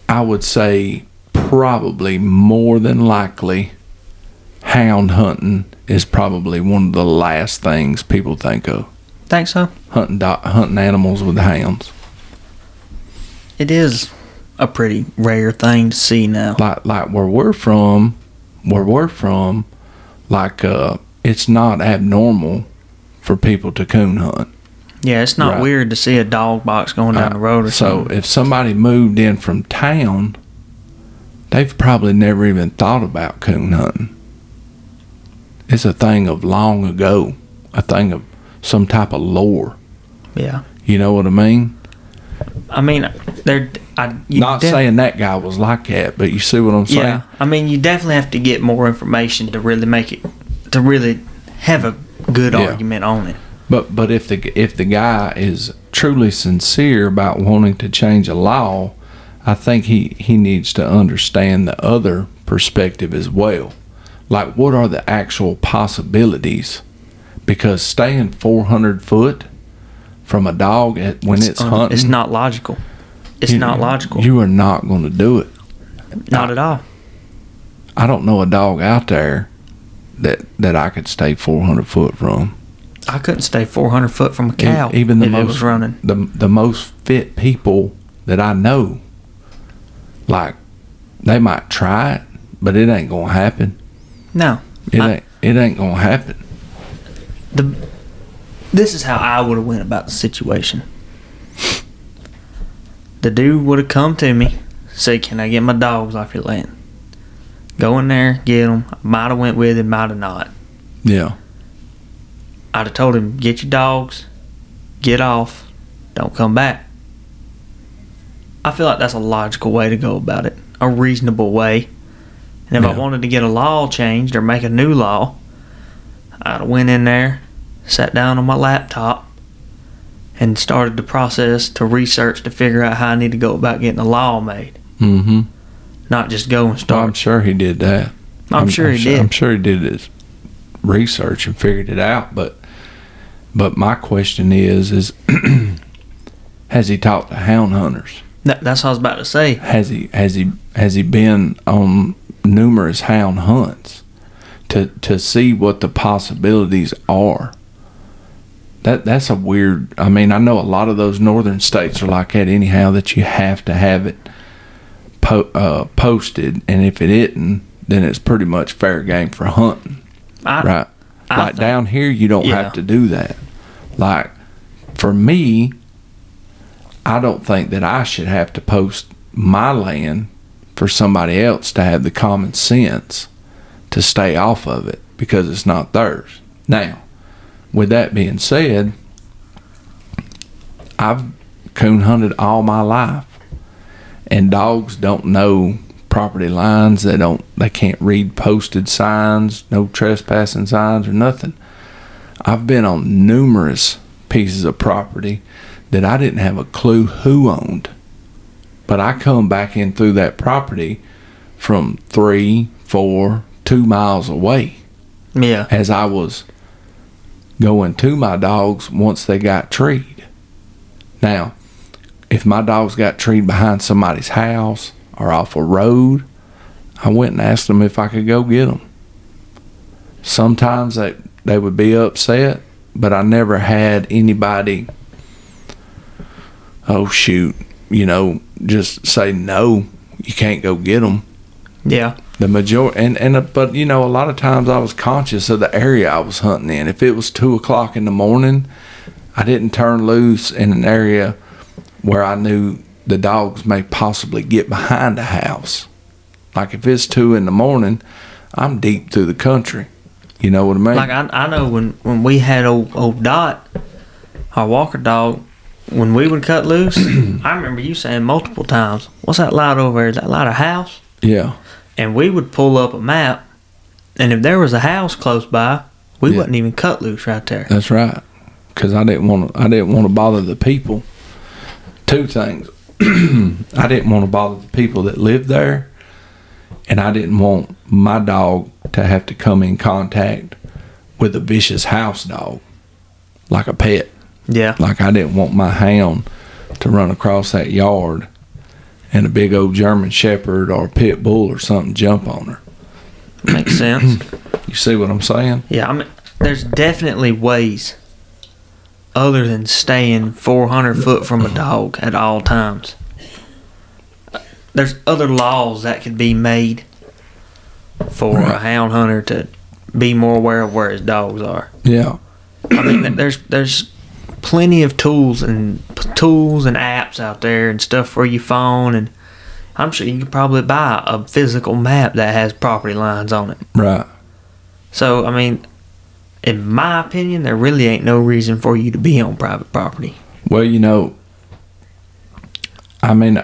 Speaker 1: I would say probably more than likely hound hunting is probably one of the last things people think of.
Speaker 2: Think so?
Speaker 1: Hunting do- hunting animals with hounds.
Speaker 2: It is a pretty rare thing to see now.
Speaker 1: like like where we're from, where we're from, like uh, it's not abnormal for people to coon hunt.
Speaker 2: Yeah, it's not
Speaker 1: Right.
Speaker 2: weird to see a dog box going down the road or
Speaker 1: So
Speaker 2: something.
Speaker 1: if somebody moved in from town, they've probably never even thought about coon hunting. It's a thing of long ago, a thing of some type of lore.
Speaker 2: Yeah,
Speaker 1: You know what I mean?
Speaker 2: I mean, they're I you
Speaker 1: not
Speaker 2: def-
Speaker 1: saying that guy was like that, but you see what I'm saying?
Speaker 2: yeah. I mean, you definitely have to get more information to really make it to really have a good
Speaker 1: Yeah.
Speaker 2: argument on it.
Speaker 1: But but if the if the guy is truly sincere about wanting to change a law, I think he he needs to understand the other perspective as well. Like what are the actual possibilities? Because staying 400 foot from a dog at, when it's,
Speaker 2: un-
Speaker 1: hunting,
Speaker 2: Um, It's not logical. It's
Speaker 1: you-
Speaker 2: not logical.
Speaker 1: You are not going to do it.
Speaker 2: not at all.
Speaker 1: I don't know a dog out there that that I could stay 400 foot from.
Speaker 2: I couldn't stay 400 foot from a
Speaker 1: E-
Speaker 2: cow.
Speaker 1: even the
Speaker 2: if it
Speaker 1: most
Speaker 2: was running.
Speaker 1: the the most fit people that I know, like they might try it, but it ain't gonna happen.
Speaker 2: No,
Speaker 1: It
Speaker 2: I-
Speaker 1: ain't it ain't gonna happen.
Speaker 2: the this is how I would have went about the situation. The dude would have come to me, said, "Can I get my dogs off your land?" Go in there, get them. Might have went with him, might have not.
Speaker 1: Yeah,
Speaker 2: I'd have told him, "Get your dogs, get off, don't come back." I feel like that's a logical way to go about it, a reasonable way. And if I
Speaker 1: Yeah.
Speaker 2: wanted to get a law changed or make a new law, I'd have went in there, sat down on my laptop, and started the process to research to figure out how I need to go about getting a law made.
Speaker 1: mm-hmm.
Speaker 2: Not just go and
Speaker 1: I'm
Speaker 2: start.
Speaker 1: sure he did that.
Speaker 2: I'm, sure he did.
Speaker 1: I'm sure he did his research and figured it out. But but my question is is has he talked to hound hunters?
Speaker 2: That- that's what I was about to say.
Speaker 1: has he has he has he been on numerous hound hunts to to see what the possibilities are that that's a weird. I mean, I know a lot of those northern states are like that anyhow. That you have to have it po- uh, posted, and if it isn't, then it's pretty much fair game for hunting,
Speaker 2: I,
Speaker 1: right?
Speaker 2: I
Speaker 1: like
Speaker 2: think-
Speaker 1: down here, you don't
Speaker 2: Yeah.
Speaker 1: have to do that. Like for me, I don't think that I should have to post my land for somebody else to have the common sense to stay off of it because it's not theirs. Now, with that being said, I've coon hunted all my life, and dogs don't know property lines. They don't. They can't read posted signs, no trespassing signs or nothing. I've been on numerous pieces of property that I didn't have a clue who owned, but I come back in through that property from three, four, two miles away
Speaker 2: Yeah.
Speaker 1: as I was going to my dogs once they got treed. Now, if my dogs got treed behind somebody's house or off a road, I went and asked them if I could go get them. Sometimes they, they would be upset, but I never had anybody, oh shoot, you know, just say no, you can't go get them
Speaker 2: Yeah.
Speaker 1: the major and and uh, but you know a lot of times I was conscious of the area I was hunting in. If it was two o'clock in the morning, I didn't turn loose in an area where I knew the dogs may possibly get behind the house. Like if it's two in the morning, I'm deep through the country. You know what I mean?
Speaker 2: Like I, I know when when we had old old Dot, our Walker dog, when we would cut loose, I remember you saying multiple times, "What's that light over there? Is that light a house?"
Speaker 1: yeah,
Speaker 2: And we would pull up a map, and if there was a house close by, we
Speaker 1: Yeah.
Speaker 2: wouldn't even cut loose right there.
Speaker 1: that's right. Because I didn't want to. I didn't want to bother the people. Two things. I didn't want to bother the people that lived there, and I didn't want my dog to have to come in contact with a vicious house dog, like a pet.
Speaker 2: Yeah,
Speaker 1: Like I didn't want my hound to run across that yard and a big old German Shepherd or pit bull or something jump on her.
Speaker 2: makes sense.
Speaker 1: You see what I'm saying?
Speaker 2: Yeah, I mean, there's definitely ways other than staying 400 foot from a dog at all times. There's other laws that could be made for a
Speaker 1: Right.
Speaker 2: hound hunter to be more aware of where his dogs are.
Speaker 1: Yeah.
Speaker 2: I mean, th- there's there's plenty of tools and p- tools and apps out there and stuff for your phone and I'm sure you could probably buy a physical map that has property lines on it.
Speaker 1: Right.
Speaker 2: So, I mean, in my opinion, there really ain't no reason for you to be on private property.
Speaker 1: Well, you know, I mean,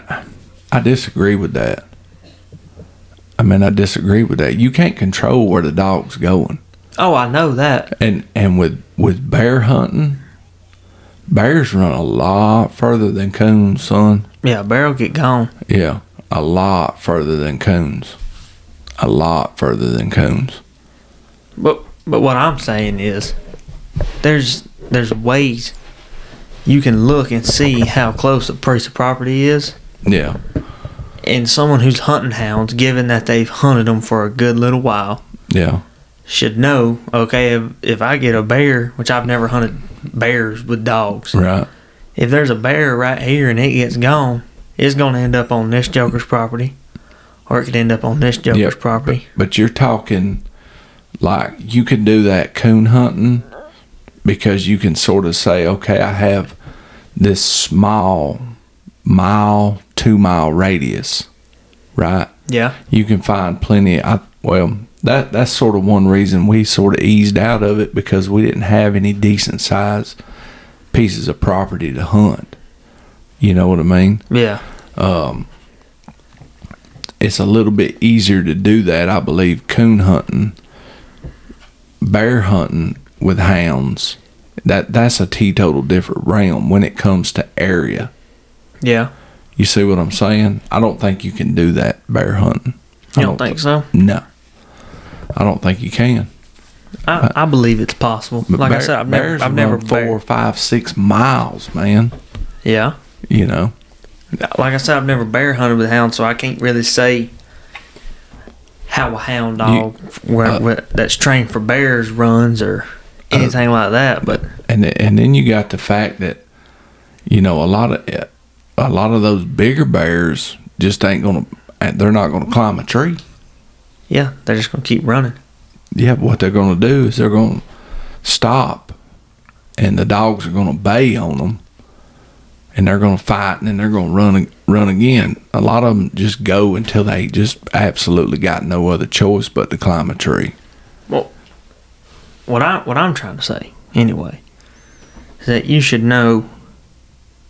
Speaker 1: I disagree with that. I mean, I disagree with that. You can't control where the dog's going,
Speaker 2: Oh, I know that.
Speaker 1: and and with with bear hunting, bears run a lot further than coons, son.
Speaker 2: Yeah, barrel get gone.
Speaker 1: Yeah, a lot further than coons, a lot further than coons.
Speaker 2: But but what I'm saying is, there's there's ways you can look and see how close a piece of property is,
Speaker 1: Yeah,
Speaker 2: and someone who's hunting hounds, given that they've hunted them for a good little while,
Speaker 1: yeah,
Speaker 2: should know. Okay, if, if I get a bear, which I've never hunted bears with dogs,
Speaker 1: right.
Speaker 2: if there's a bear right here and it gets gone, it's going to end up on this joker's property, or it could end up on this joker's
Speaker 1: but-
Speaker 2: property.
Speaker 1: But you're talking like you can do that coon hunting because you can sort of say, okay, I have this small mile, two mile radius, right?
Speaker 2: Yeah,
Speaker 1: You can find plenty. I well, that that's sort of one reason we sort of eased out of it because we didn't have any decent sized pieces of property to hunt. You know what I mean?
Speaker 2: yeah,
Speaker 1: it's a little bit easier to do that, I believe, coon hunting, bear hunting with hounds. That that's a teetotal different realm when it comes to area.
Speaker 2: yeah.
Speaker 1: You see what I'm saying? I don't think you can do that bear hunting.
Speaker 2: You don't think so?
Speaker 1: thi- no. I don't think you can.
Speaker 2: I, I believe it's possible.
Speaker 1: But
Speaker 2: Like I
Speaker 1: bear-
Speaker 2: said, I've never,
Speaker 1: bears
Speaker 2: I've never
Speaker 1: run four,
Speaker 2: bear,
Speaker 1: five, six miles, man.
Speaker 2: yeah.
Speaker 1: You know,
Speaker 2: Like I said, I've never bear hunted with hounds, so I can't really say
Speaker 1: uh,
Speaker 2: how a hound dog where, where, that's trained for bears runs or anything like that. But
Speaker 1: and th- and then you got the fact that you know a lot of a lot of those bigger bears just ain't gonna they're not gonna climb a tree.
Speaker 2: yeah, they're just gonna keep running.
Speaker 1: Yeah, but what they're gonna do is they're gonna stop, and the dogs are gonna bay on them, and they're gonna fight, and then they're gonna run run again. A lot of them just go until they just absolutely got no other choice but to climb a tree.
Speaker 2: What I what I'm trying to say anyway is that you should know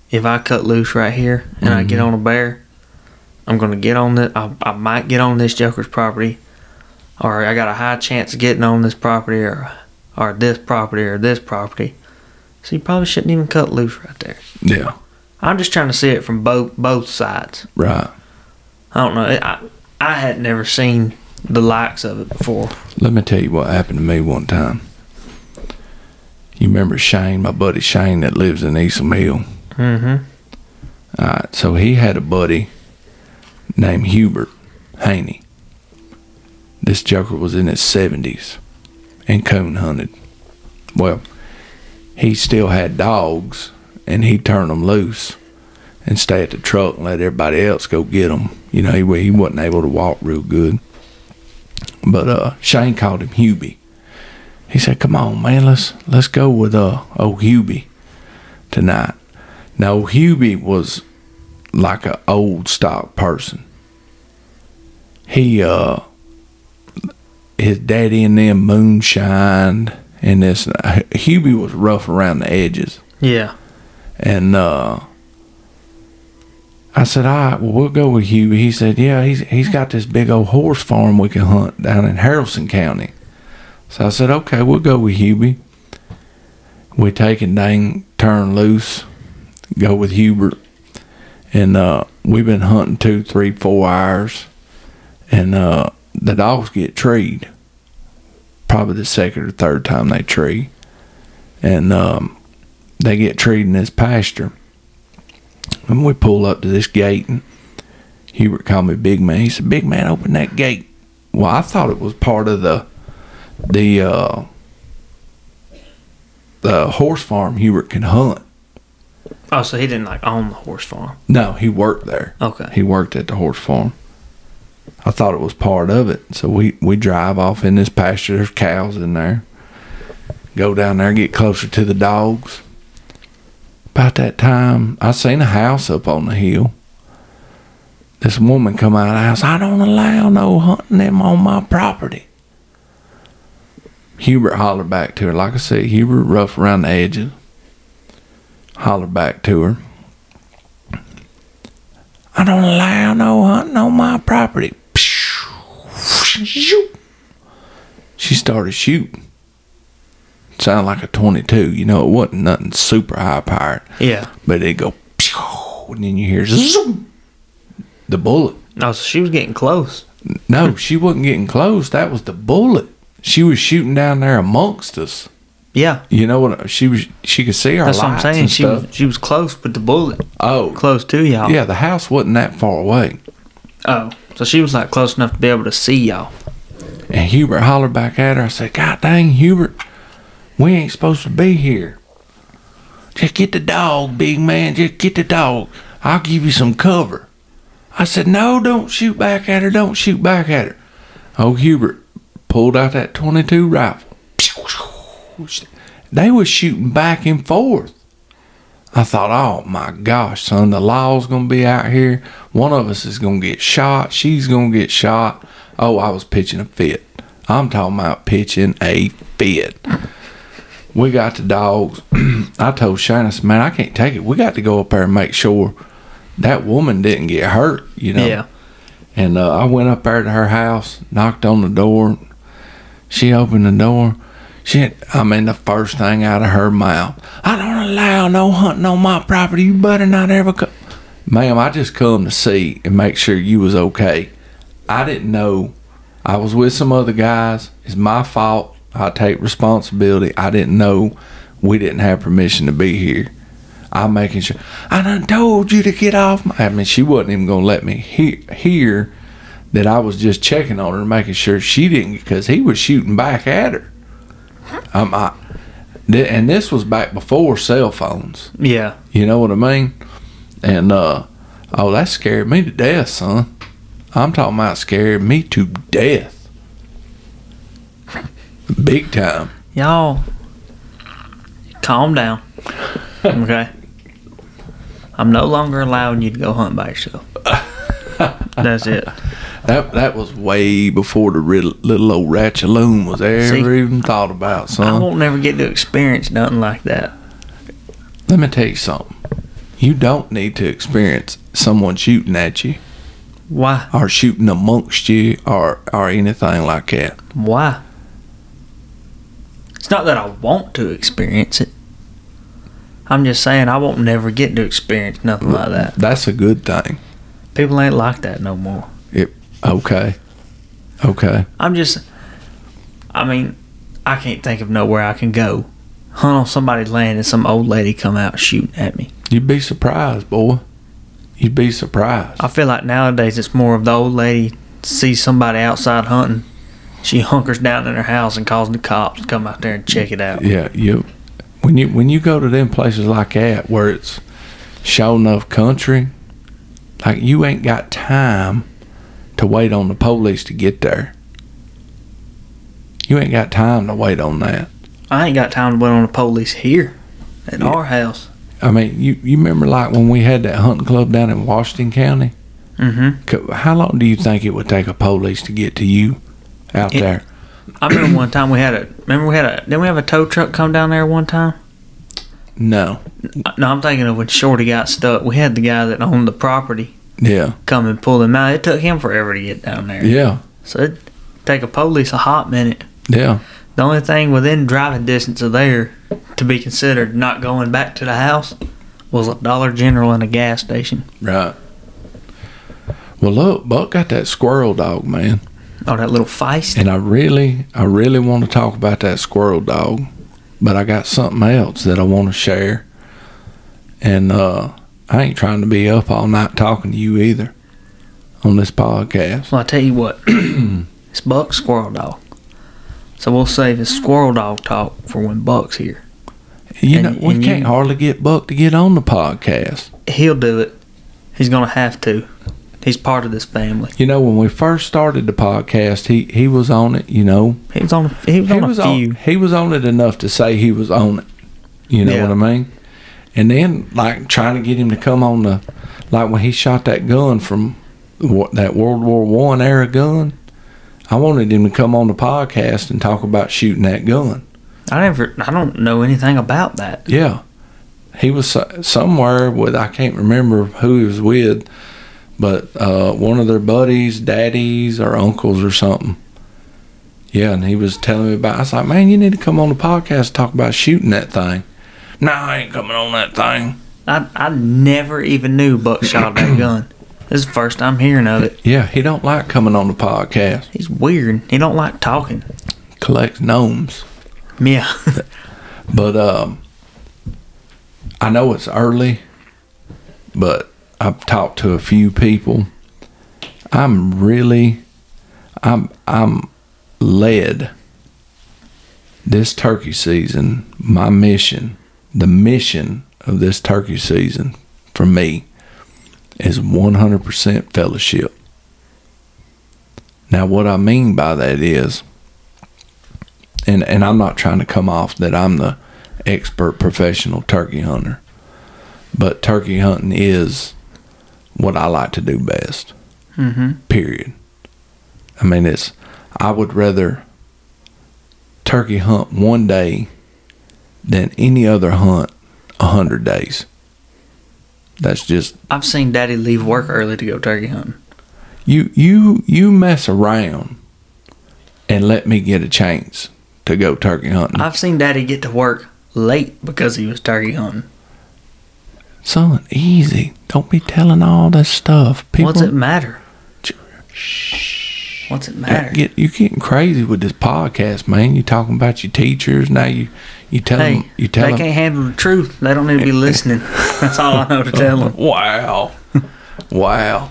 Speaker 2: if I cut loose right here and I get on a bear, I'm gonna get on the I, I might get on this joker's property, or I got a high chance of getting on this property or or this property or this property. So you probably shouldn't even cut loose right there.
Speaker 1: Yeah,
Speaker 2: I'm just trying to see it from both both sides.
Speaker 1: right.
Speaker 2: I don't know. I I had never seen the likes of it before.
Speaker 1: Let me tell you what happened to me one time. You remember Shane, my buddy Shane that lives in Eastham Hill?
Speaker 2: Mm-hmm.
Speaker 1: All right, so he had a buddy named Hubert Haney. This joker was in his 70s and coon hunted. Well, he still had dogs and he turned them loose and stay at the truck and let everybody else go get them. You know, he, wa- he wasn't able to walk real good. But uh, Shane called him Hubie. He said, "Come on, man, let's let's go with uh old Hubie tonight." Now Hubie was like an old stock person. He uh his daddy and them moonshined and this Hubie was rough around the edges.
Speaker 2: Yeah.
Speaker 1: And uh, I said, "All right, well, we'll go with Hubie." He said, "Yeah, he's he's got this big old horse farm we can hunt down in Harrelson County." So I said, "Okay, we'll go with Hubie." We take and dang turn loose, go with Hubert, and uh, we've been hunting two, three, four hours, and uh, the dogs get treed. Probably the second or third time they tree, and um, they get treed in this pasture. And we pull up to this gate, and Hubert called me Big Man. He said, "Big Man, open that gate." Well, I thought it was part of the the uh, the horse farm Hubert can hunt.
Speaker 2: Oh, so he didn't like own the horse farm.
Speaker 1: No, he worked there.
Speaker 2: Okay.
Speaker 1: He worked at the horse farm. I thought it was part of it. So we, we drive off in this pasture. There's cows in there. Go down there, get closer to the dogs. About that time, I seen a house up on the hill. This woman come out of the house. I don't allow no hunting them on my property. Hubert hollered back to her. Like I said, Hubert rough around the edges. Hollered back to her. I don't allow no hunting on my property. She started shooting. Sounded like a 22. You know, it wasn't nothing super high powered,
Speaker 2: Yeah.
Speaker 1: but it go, and then you hear zoom, the bullet.
Speaker 2: Oh, so she was getting close.
Speaker 1: No, she wasn't getting close. That was the bullet. She was shooting down there amongst us.
Speaker 2: Yeah.
Speaker 1: You know what? She was. She could see our
Speaker 2: That's what I'm
Speaker 1: lights
Speaker 2: saying.
Speaker 1: and
Speaker 2: She
Speaker 1: stuff.
Speaker 2: was, she was close with the bullet.
Speaker 1: oh,
Speaker 2: Close to y'all.
Speaker 1: yeah. The house wasn't that far away.
Speaker 2: Oh, so she was like close enough to be able to see y'all.
Speaker 1: And Hubert hollered back at her. I said, God dang, Hubert, we ain't supposed to be here. Just get the dog, big man. Just get the dog. I'll give you some cover. I said, No, don't shoot back at her. Don't shoot back at her. Oh, Hubert pulled out that 22 rifle. They was shooting back and forth. I thought, oh my gosh, son, the law's gonna be out here. One of us is gonna get shot. She's gonna get shot. Oh, I was pitching a fit. I'm talking about pitching a fit. We got the dogs. I told Shane, I said, man, I can't take it. We got to go up there and make sure that woman didn't get hurt, you know?
Speaker 2: Yeah.
Speaker 1: And uh, I went up there to her house, knocked on the door. She opened the door. She, I mean, the first thing out of her mouth, I don't allow no hunting on my property. You better not ever come. Ma'am, I just come to see and make sure you was okay. I didn't know. I was with some other guys. It's my fault. I take responsibility. I didn't know we didn't have permission to be here. I'm making sure. I done told you to get off. My, I mean, she wasn't even gonna let me he- hear that I was just checking on her, making sure she didn't, because he was shooting back at her. Um, I, Th- And this was back before cell phones.
Speaker 2: Yeah.
Speaker 1: You know what I mean? And uh, oh, that scared me to death, son. I'm talking about scared me to death, big time.
Speaker 2: Y'all, calm down. Okay. I'm no longer allowing you to go hunt by yourself. That's it.
Speaker 1: That that was way before the riddle, little old ratchaloon was ever
Speaker 2: See,
Speaker 1: even thought about,
Speaker 2: I
Speaker 1: son.
Speaker 2: won't never get to experience nothing like that.
Speaker 1: Let me tell you something. You don't need to experience someone shooting at you
Speaker 2: Why?
Speaker 1: or shooting amongst you or, or anything like that.
Speaker 2: Why? It's not that I want to experience it. I'm just saying I won't never get to experience nothing like that.
Speaker 1: That's a good thing.
Speaker 2: People ain't like that no more.
Speaker 1: Okay. Okay.
Speaker 2: I'm just, I mean, I can't think of nowhere I can go. Hunt on somebody's land and some old lady come out shooting at me.
Speaker 1: You'd be surprised, boy. You'd be surprised.
Speaker 2: I feel like nowadays it's more of the old lady sees somebody outside hunting. She hunkers down in her house and calls the cops to come out there and check it out.
Speaker 1: Yeah, you when you when you go to them places like that where it's show enough country, like you ain't got time to wait on the police to get there. You ain't got time to wait on that.
Speaker 2: I ain't got time to wait on the police here at
Speaker 1: Yeah.
Speaker 2: our house.
Speaker 1: I mean, you, you remember like when we had that hunting club down in Washington County?
Speaker 2: Mm-hmm.
Speaker 1: Co- How long do you think it would take a police to get to you out
Speaker 2: It-
Speaker 1: there?
Speaker 2: I remember one time we had a. Remember we had a. Didn't we have a tow truck come down there one time?
Speaker 1: No.
Speaker 2: No, I'm thinking of when Shorty got stuck. We had the guy that owned the property
Speaker 1: Yeah.
Speaker 2: come and pull him out. It took him forever to get down there.
Speaker 1: Yeah.
Speaker 2: So it take a police a hot minute.
Speaker 1: Yeah.
Speaker 2: The only thing within driving distance of there to be considered not going back to the house was a Dollar General and a gas station.
Speaker 1: Right. Well, look, Buck got that squirrel dog, man.
Speaker 2: Oh, that little feist.
Speaker 1: And I really, I really want to talk about that squirrel dog, but I got something else that I want to share. And uh, I ain't trying to be up all night talking to you either on this podcast.
Speaker 2: Well, I tell you what, it's Buck's squirrel dog. So we'll save his squirrel dog talk for when Buck's here.
Speaker 1: You
Speaker 2: And-
Speaker 1: know, we
Speaker 2: and you-
Speaker 1: can't hardly get Buck to get on the podcast.
Speaker 2: He'll do it. He's gonna have to. He's part of this family.
Speaker 1: You know, when we first started the podcast, he he was on it. You know,
Speaker 2: He was on. He was
Speaker 1: he
Speaker 2: on
Speaker 1: was
Speaker 2: a few.
Speaker 1: on he was on it enough to say he was on it. You know
Speaker 2: Yeah.
Speaker 1: what I mean? And then like trying to get him to come on the like when he shot that gun from wa- that World War One era gun. I wanted him to come on the podcast and talk about shooting that gun.
Speaker 2: I never. I don't know anything about that.
Speaker 1: Yeah, he was so- somewhere with I can't remember who he was with, but uh, one of their buddies, daddies, or uncles or something. Yeah, and he was telling me about. I was like, man, you need to come on the podcast and talk about shooting that thing. No, I ain't coming on that thing.
Speaker 2: I I never even knew Buck shot that gun. This is the first time hearing of it.
Speaker 1: Yeah, he don't like coming on the podcast.
Speaker 2: He's weird. He don't like talking.
Speaker 1: Collects gnomes,
Speaker 2: Yeah.
Speaker 1: but um, I know it's early, but I've talked to a few people. I'm really, I'm, I'm led this turkey season. My mission, the mission of this turkey season for me is 100% fellowship. Now, what I mean by that is, and, and I'm not trying to come off that I'm the expert professional turkey hunter, but turkey hunting is what I like to do best
Speaker 2: mm-hmm.
Speaker 1: period. I mean, it's, I would rather turkey hunt one day than any other hunt a 100 days. That's just,
Speaker 2: I've seen Daddy leave work early to go turkey hunting.
Speaker 1: you, you, you mess around and let me get a chance to go turkey hunting.
Speaker 2: I've seen Daddy get to work late because he was turkey hunting.
Speaker 1: Son, easy. Don't be telling all this stuff. People,
Speaker 2: What's it matter?
Speaker 1: Ch-
Speaker 2: What's it
Speaker 1: That
Speaker 2: matter?
Speaker 1: Get, you're getting crazy with this podcast, man. you talking about your teachers. Now you, you tell
Speaker 2: Hey,
Speaker 1: them, you tell
Speaker 2: they
Speaker 1: them.
Speaker 2: can't handle the truth. They don't need to be listening. That's all I know to tell them.
Speaker 1: Wow. wow.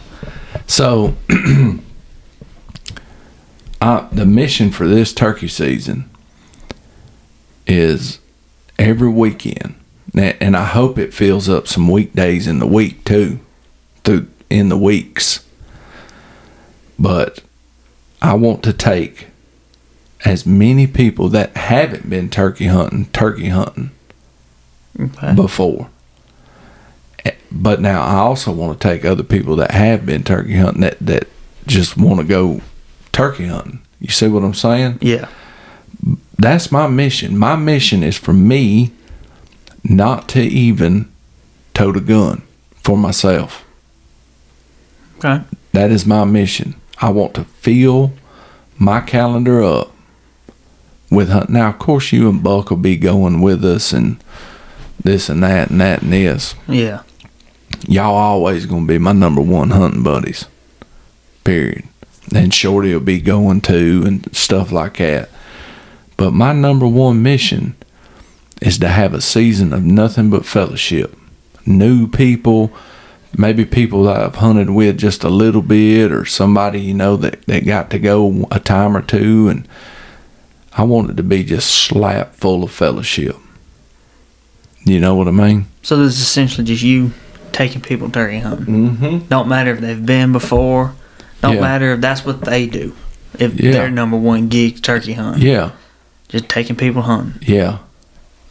Speaker 1: So, uh, I, the mission for this turkey season is, every weekend, Na- and I hope it fills up some weekdays in the week too, through in the weeks. But I want to take as many people that haven't been turkey hunting, turkey hunting
Speaker 2: Okay.
Speaker 1: before. Eh, But now I also want to take other people that have been turkey hunting that, that just want to go turkey hunting. You see what I'm saying?
Speaker 2: Yeah.
Speaker 1: That's my mission. My mission is for me not to even tote a gun for myself.
Speaker 2: Okay.
Speaker 1: That is my mission. I want to fill my calendar up with hunting. Now, of course, you and Buck will be going with us and this and that and that and this.
Speaker 2: Yeah.
Speaker 1: y'all always gonna be my number one hunting buddies. Period. And Shorty will be going too and stuff like that. But my number one mission is to have a season of nothing but fellowship. New people, maybe people that I've hunted with just a little bit or somebody you know that, that got to go a time or two and I want it to be just slap full of fellowship. You know what I mean?
Speaker 2: So this is essentially just you taking people turkey hunting.
Speaker 1: Mm-hmm.
Speaker 2: Don't matter if they've been before. Don't
Speaker 1: Yeah.
Speaker 2: matter if that's what they do. If
Speaker 1: Yeah.
Speaker 2: their number one gig turkey hunting,
Speaker 1: Yeah.
Speaker 2: just taking people hunting.
Speaker 1: Yeah,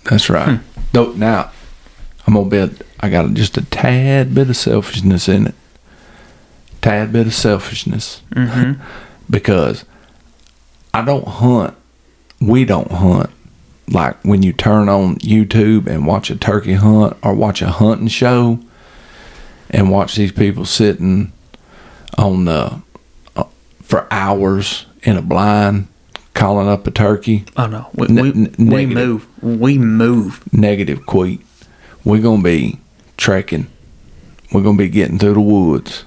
Speaker 1: that's right. Though now, I'm gonna bet I got just a tad bit of selfishness in it. Tad bit of selfishness
Speaker 2: Mm-hmm.
Speaker 1: because I don't hunt. We don't hunt like when you turn on YouTube and watch a turkey hunt or watch a hunting show and watch these people sitting on the uh, for hours in a blind calling up a turkey
Speaker 2: Oh no, we
Speaker 1: Ne-
Speaker 2: we,
Speaker 1: ne-
Speaker 2: we
Speaker 1: negative.
Speaker 2: move. We move.
Speaker 1: negative quit. We're gonna be trekking. We're gonna be getting through the woods.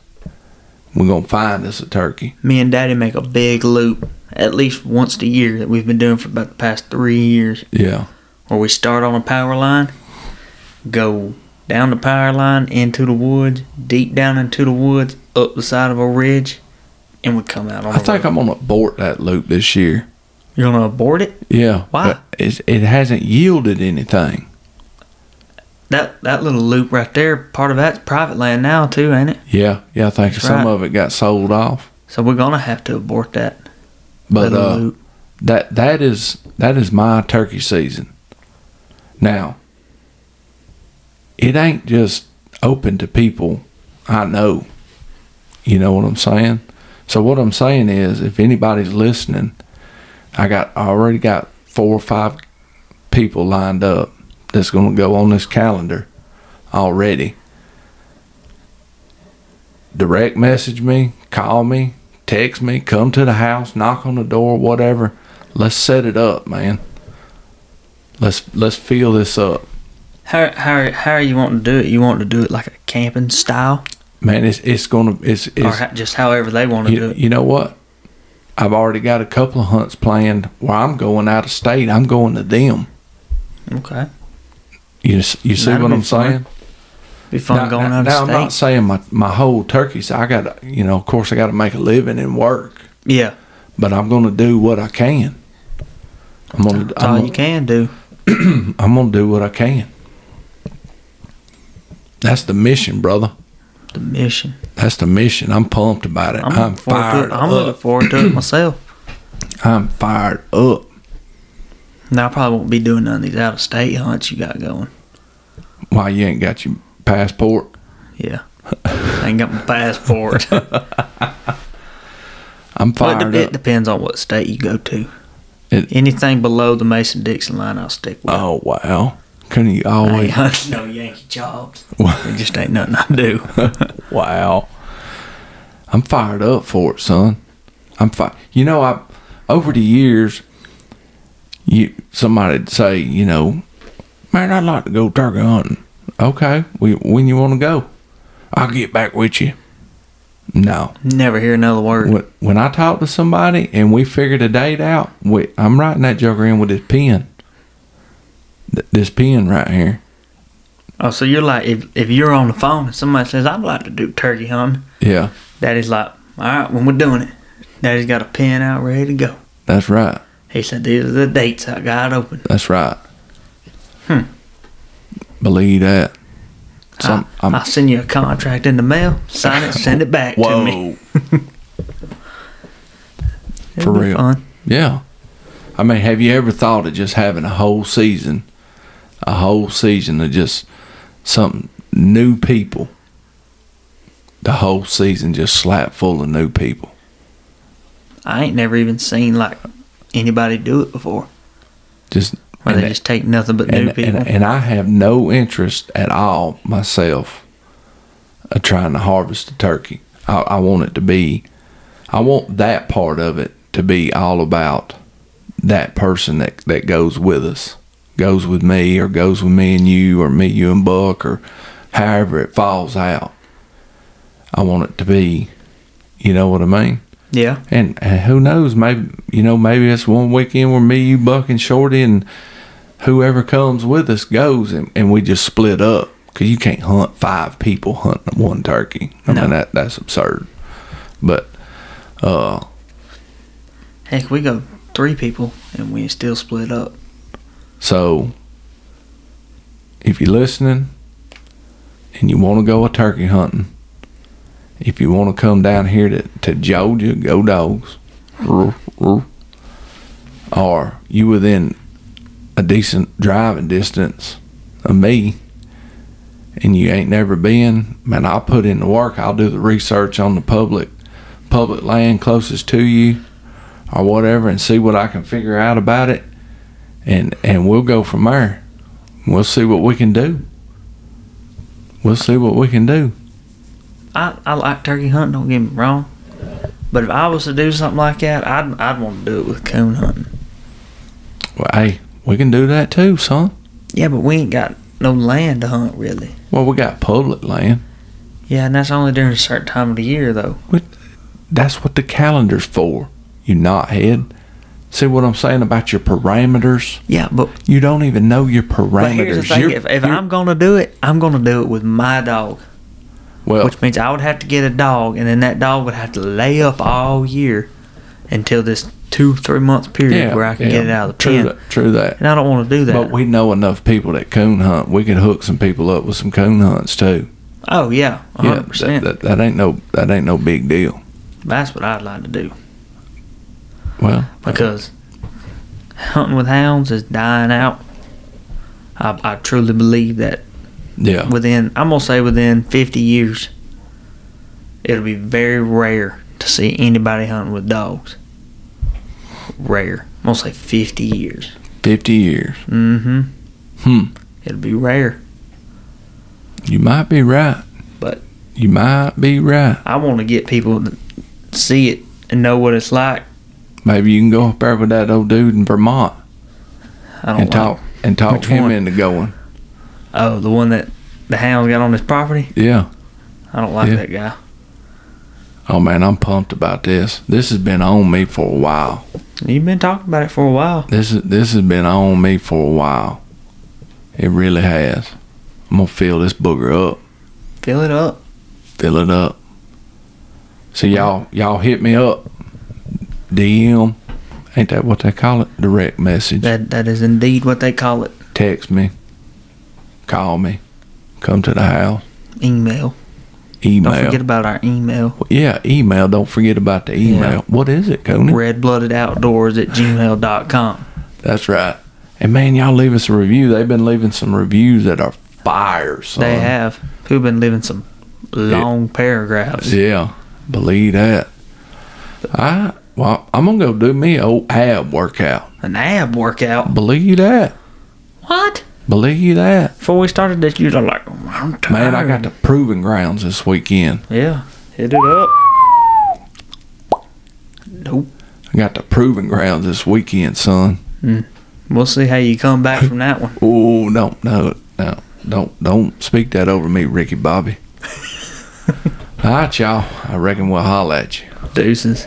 Speaker 1: We're gonna find us a turkey.
Speaker 2: Me and Daddy make a big loop at least once a year that we've been doing for about the past three years,
Speaker 1: Yeah.
Speaker 2: where we start on a power line, go down the power line into the woods, deep down into the woods, up the side of a ridge, and we come out on.
Speaker 1: I
Speaker 2: the
Speaker 1: think
Speaker 2: road.
Speaker 1: I'm gonna abort that loop this year.
Speaker 2: you're gonna abort it.
Speaker 1: Yeah.
Speaker 2: Why?
Speaker 1: But It's, it hasn't yielded anything.
Speaker 2: That that little loop right there, part of that's private land now too, ain't it?
Speaker 1: Yeah. Yeah. I think
Speaker 2: That's
Speaker 1: some
Speaker 2: right.
Speaker 1: of it got sold off.
Speaker 2: So we're gonna have to abort that.
Speaker 1: But
Speaker 2: little
Speaker 1: uh,
Speaker 2: loop.
Speaker 1: that that is that is my turkey season. Now, it ain't just open to people I know. You know what I'm saying? So what I'm saying is, if anybody's listening, I got I already got four or five people lined up that's going to go on this calendar already. Direct message me, call me, text me, come to the house, knock on the door, whatever. Let's set it up, man. Let's let's fill this up,
Speaker 2: How how how are you wanting to do it? You want to do it like a camping style,
Speaker 1: man. It's it's gonna it's
Speaker 2: or
Speaker 1: it's
Speaker 2: ho- just however they want to do
Speaker 1: you,
Speaker 2: it?
Speaker 1: you know what? I've already got a couple of hunts planned where I'm going out of state. I'm going to them.
Speaker 2: Okay,
Speaker 1: You s- you see
Speaker 2: That'd
Speaker 1: what
Speaker 2: be
Speaker 1: I'm
Speaker 2: fun.
Speaker 1: saying?
Speaker 2: be fun
Speaker 1: Now-
Speaker 2: going
Speaker 1: now,
Speaker 2: out of
Speaker 1: now
Speaker 2: state.
Speaker 1: I'm not saying my my whole turkeys. I got to you know, of course, I got to make a living and work,
Speaker 2: yeah,
Speaker 1: but I'm going to do what I can. I'm gonna
Speaker 2: that's all
Speaker 1: I'm,
Speaker 2: you can do.
Speaker 1: I'm gonna do what I can. That's the mission, brother.
Speaker 2: The mission.
Speaker 1: That's the mission. I'm pumped about it.
Speaker 2: I'm,
Speaker 1: I'm,
Speaker 2: looking forward to
Speaker 1: fired
Speaker 2: it. I'm looking
Speaker 1: up.
Speaker 2: forward to it myself.
Speaker 1: I'm fired up.
Speaker 2: Now I probably won't be doing none of these out of state hunts you got going.
Speaker 1: Why you ain't got your passport?
Speaker 2: Yeah, I ain't got my passport.
Speaker 1: I'm
Speaker 2: Well, it,
Speaker 1: fired
Speaker 2: de- it
Speaker 1: up.
Speaker 2: depends on what state you go to.
Speaker 1: It-
Speaker 2: Anything below the Mason Dixon line, I'll stick with.
Speaker 1: Oh wow! Couldn't you
Speaker 2: I ain't
Speaker 1: always?
Speaker 2: hunting no Yankee jobs. It just ain't nothing I do.
Speaker 1: wow! I'm fired up for it, son. I'm fired. You know, I over the years, you somebody'd say, you know, man, I'd like to go turkey hunting. Okay, we, when you want to go, I'll get back with you. No,
Speaker 2: Never hear another word.
Speaker 1: when, when I talk to somebody and we figure the date out, we, I'm writing that joker in with this pen. Th- this pen right here.
Speaker 2: Oh, so you're like if, if you're on the phone and somebody says I'd like to do turkey hunting,
Speaker 1: Yeah,
Speaker 2: Daddy's like, all right, when we're doing it, Daddy's got a pen out ready to go.
Speaker 1: that's right.
Speaker 2: He said these are the dates I got open.
Speaker 1: That's right.
Speaker 2: Hmm. Ah,
Speaker 1: Believe that. Some,
Speaker 2: I,
Speaker 1: I'm-
Speaker 2: will send you a contract in the mail, sign it, send it back to me.
Speaker 1: Whoa.
Speaker 2: It'd
Speaker 1: for
Speaker 2: be
Speaker 1: real.
Speaker 2: fun.
Speaker 1: Yeah. I mean, have you ever thought of just having a whole season, a whole season of just something new people? The whole season just slap full of new people.
Speaker 2: I ain't never even seen like anybody do it before.
Speaker 1: Just
Speaker 2: Where they
Speaker 1: and-
Speaker 2: just take nothing but new
Speaker 1: and,
Speaker 2: people.
Speaker 1: and, and I have no interest at all myself of trying to harvest a turkey. I, I want it to be, I want that part of it to be all about that person that, that goes with us, goes with me, or goes with me and you, or me, you, and Buck, or however it falls out. I want it to be, you know what I mean?
Speaker 2: yeah.
Speaker 1: And, and who knows? Maybe you know. Maybe it's one weekend where me, you, Buck, and Shorty, and whoever comes with us goes, and, and we just split up because you can't hunt five people hunting one turkey. I
Speaker 2: No.
Speaker 1: mean that that's absurd. But uh,
Speaker 2: Heck, we go three people and we still split up.
Speaker 1: so if you're listening and you want to go a turkey hunting, if you want to come down here to to Georgia, go dogs. Roar, roar. Or you within a decent driving distance of me and you ain't never been, man, I'll put in the work. I'll do the research on the public public land closest to you or whatever and see what I can figure out about it and and we'll go from there. We'll see what we can do. We'll see what we can do.
Speaker 2: I, I like turkey hunting, don't get me wrong. But if I was to do something like that, I'd, I'd want to do it with coon hunting.
Speaker 1: Well, hey, we can do that too, son.
Speaker 2: Yeah, but we ain't got no land to hunt really.
Speaker 1: Well, we got public land.
Speaker 2: Yeah, and that's only during a certain time of the year though.
Speaker 1: That's what the calendar's for. You knothead. See what I'm saying about your parameters?
Speaker 2: Yeah, but
Speaker 1: You don't even know your parameters.
Speaker 2: But here's the thing:
Speaker 1: You're-
Speaker 2: if, if
Speaker 1: you're-
Speaker 2: I'm gonna do it, I'm gonna do it with my dog,
Speaker 1: well,
Speaker 2: which means I would have to get a dog, and then that dog would have to lay up all year until this two three month period where I can get it out of the
Speaker 1: true
Speaker 2: pen.
Speaker 1: That, true that.
Speaker 2: And I don't want to do that.
Speaker 1: But we know enough people that coon hunt. We can hook some people up with some coon hunts too.
Speaker 2: oh yeah, a
Speaker 1: Yeah,
Speaker 2: hundred
Speaker 1: that,
Speaker 2: percent.
Speaker 1: that, that ain't no that ain't no big deal.
Speaker 2: That's what I'd like to do
Speaker 1: Well,
Speaker 2: because hunting with hounds is dying out. I, I truly believe that
Speaker 1: yeah,
Speaker 2: within I'm gonna say within 50 years, it'll be very rare to see anybody hunting with dogs. Rare. I'm gonna say 50 years.
Speaker 1: 50 years.
Speaker 2: Mm-hmm.
Speaker 1: Hmm,
Speaker 2: It'll be rare.
Speaker 1: you might be right.
Speaker 2: But-
Speaker 1: you might be right.
Speaker 2: I want to get people to see it and know what it's like.
Speaker 1: Maybe you can go up there with that old dude in Vermont
Speaker 2: I
Speaker 1: and
Speaker 2: don't like-
Speaker 1: talk and talk
Speaker 2: Which
Speaker 1: him
Speaker 2: one?
Speaker 1: into going.
Speaker 2: Oh, the one that the hounds got on his property.
Speaker 1: Yeah.
Speaker 2: I don't like
Speaker 1: Yeah.
Speaker 2: that guy.
Speaker 1: Oh man, I'm pumped about this. This has been on me for a while.
Speaker 2: You've been talking about it for a while.
Speaker 1: This is this has been on me for a while. It really has. I'm gonna fill this booger up.
Speaker 2: Fill it up.
Speaker 1: Fill it up. So y'all y'all hit me up. DM. Ain't that what they call it? Direct message.
Speaker 2: That that is indeed what they call it.
Speaker 1: text me, call me, come to the house,
Speaker 2: Email. Don't
Speaker 1: email.
Speaker 2: forget about our email.
Speaker 1: yeah, email. Don't forget about the email.
Speaker 2: Yeah.
Speaker 1: What is it, Coney?
Speaker 2: Red blooded outdoors at gmail.com.
Speaker 1: That's right. And man, y'all leave us a review. They've been leaving some reviews that are fire, son.
Speaker 2: They have. Who've been living some long paragraphs.
Speaker 1: Yeah, believe that. I well, I'm gonna go do me a old ab workout.
Speaker 2: An ab workout.
Speaker 1: Believe that.
Speaker 2: What?
Speaker 1: Believe that.
Speaker 2: Before we started this, you were like, "Oh, I'm tired.
Speaker 1: Man, I got the proving grounds this weekend.
Speaker 2: Yeah. Hit it up. Nope.
Speaker 1: I got the proving grounds this weekend, son.
Speaker 2: We'll see how you come back from that one.
Speaker 1: Oh, no, no, no, don't, don't speak that over me, Ricky Bobby. All right, y'all. I reckon we'll holler at you.
Speaker 2: Deuces.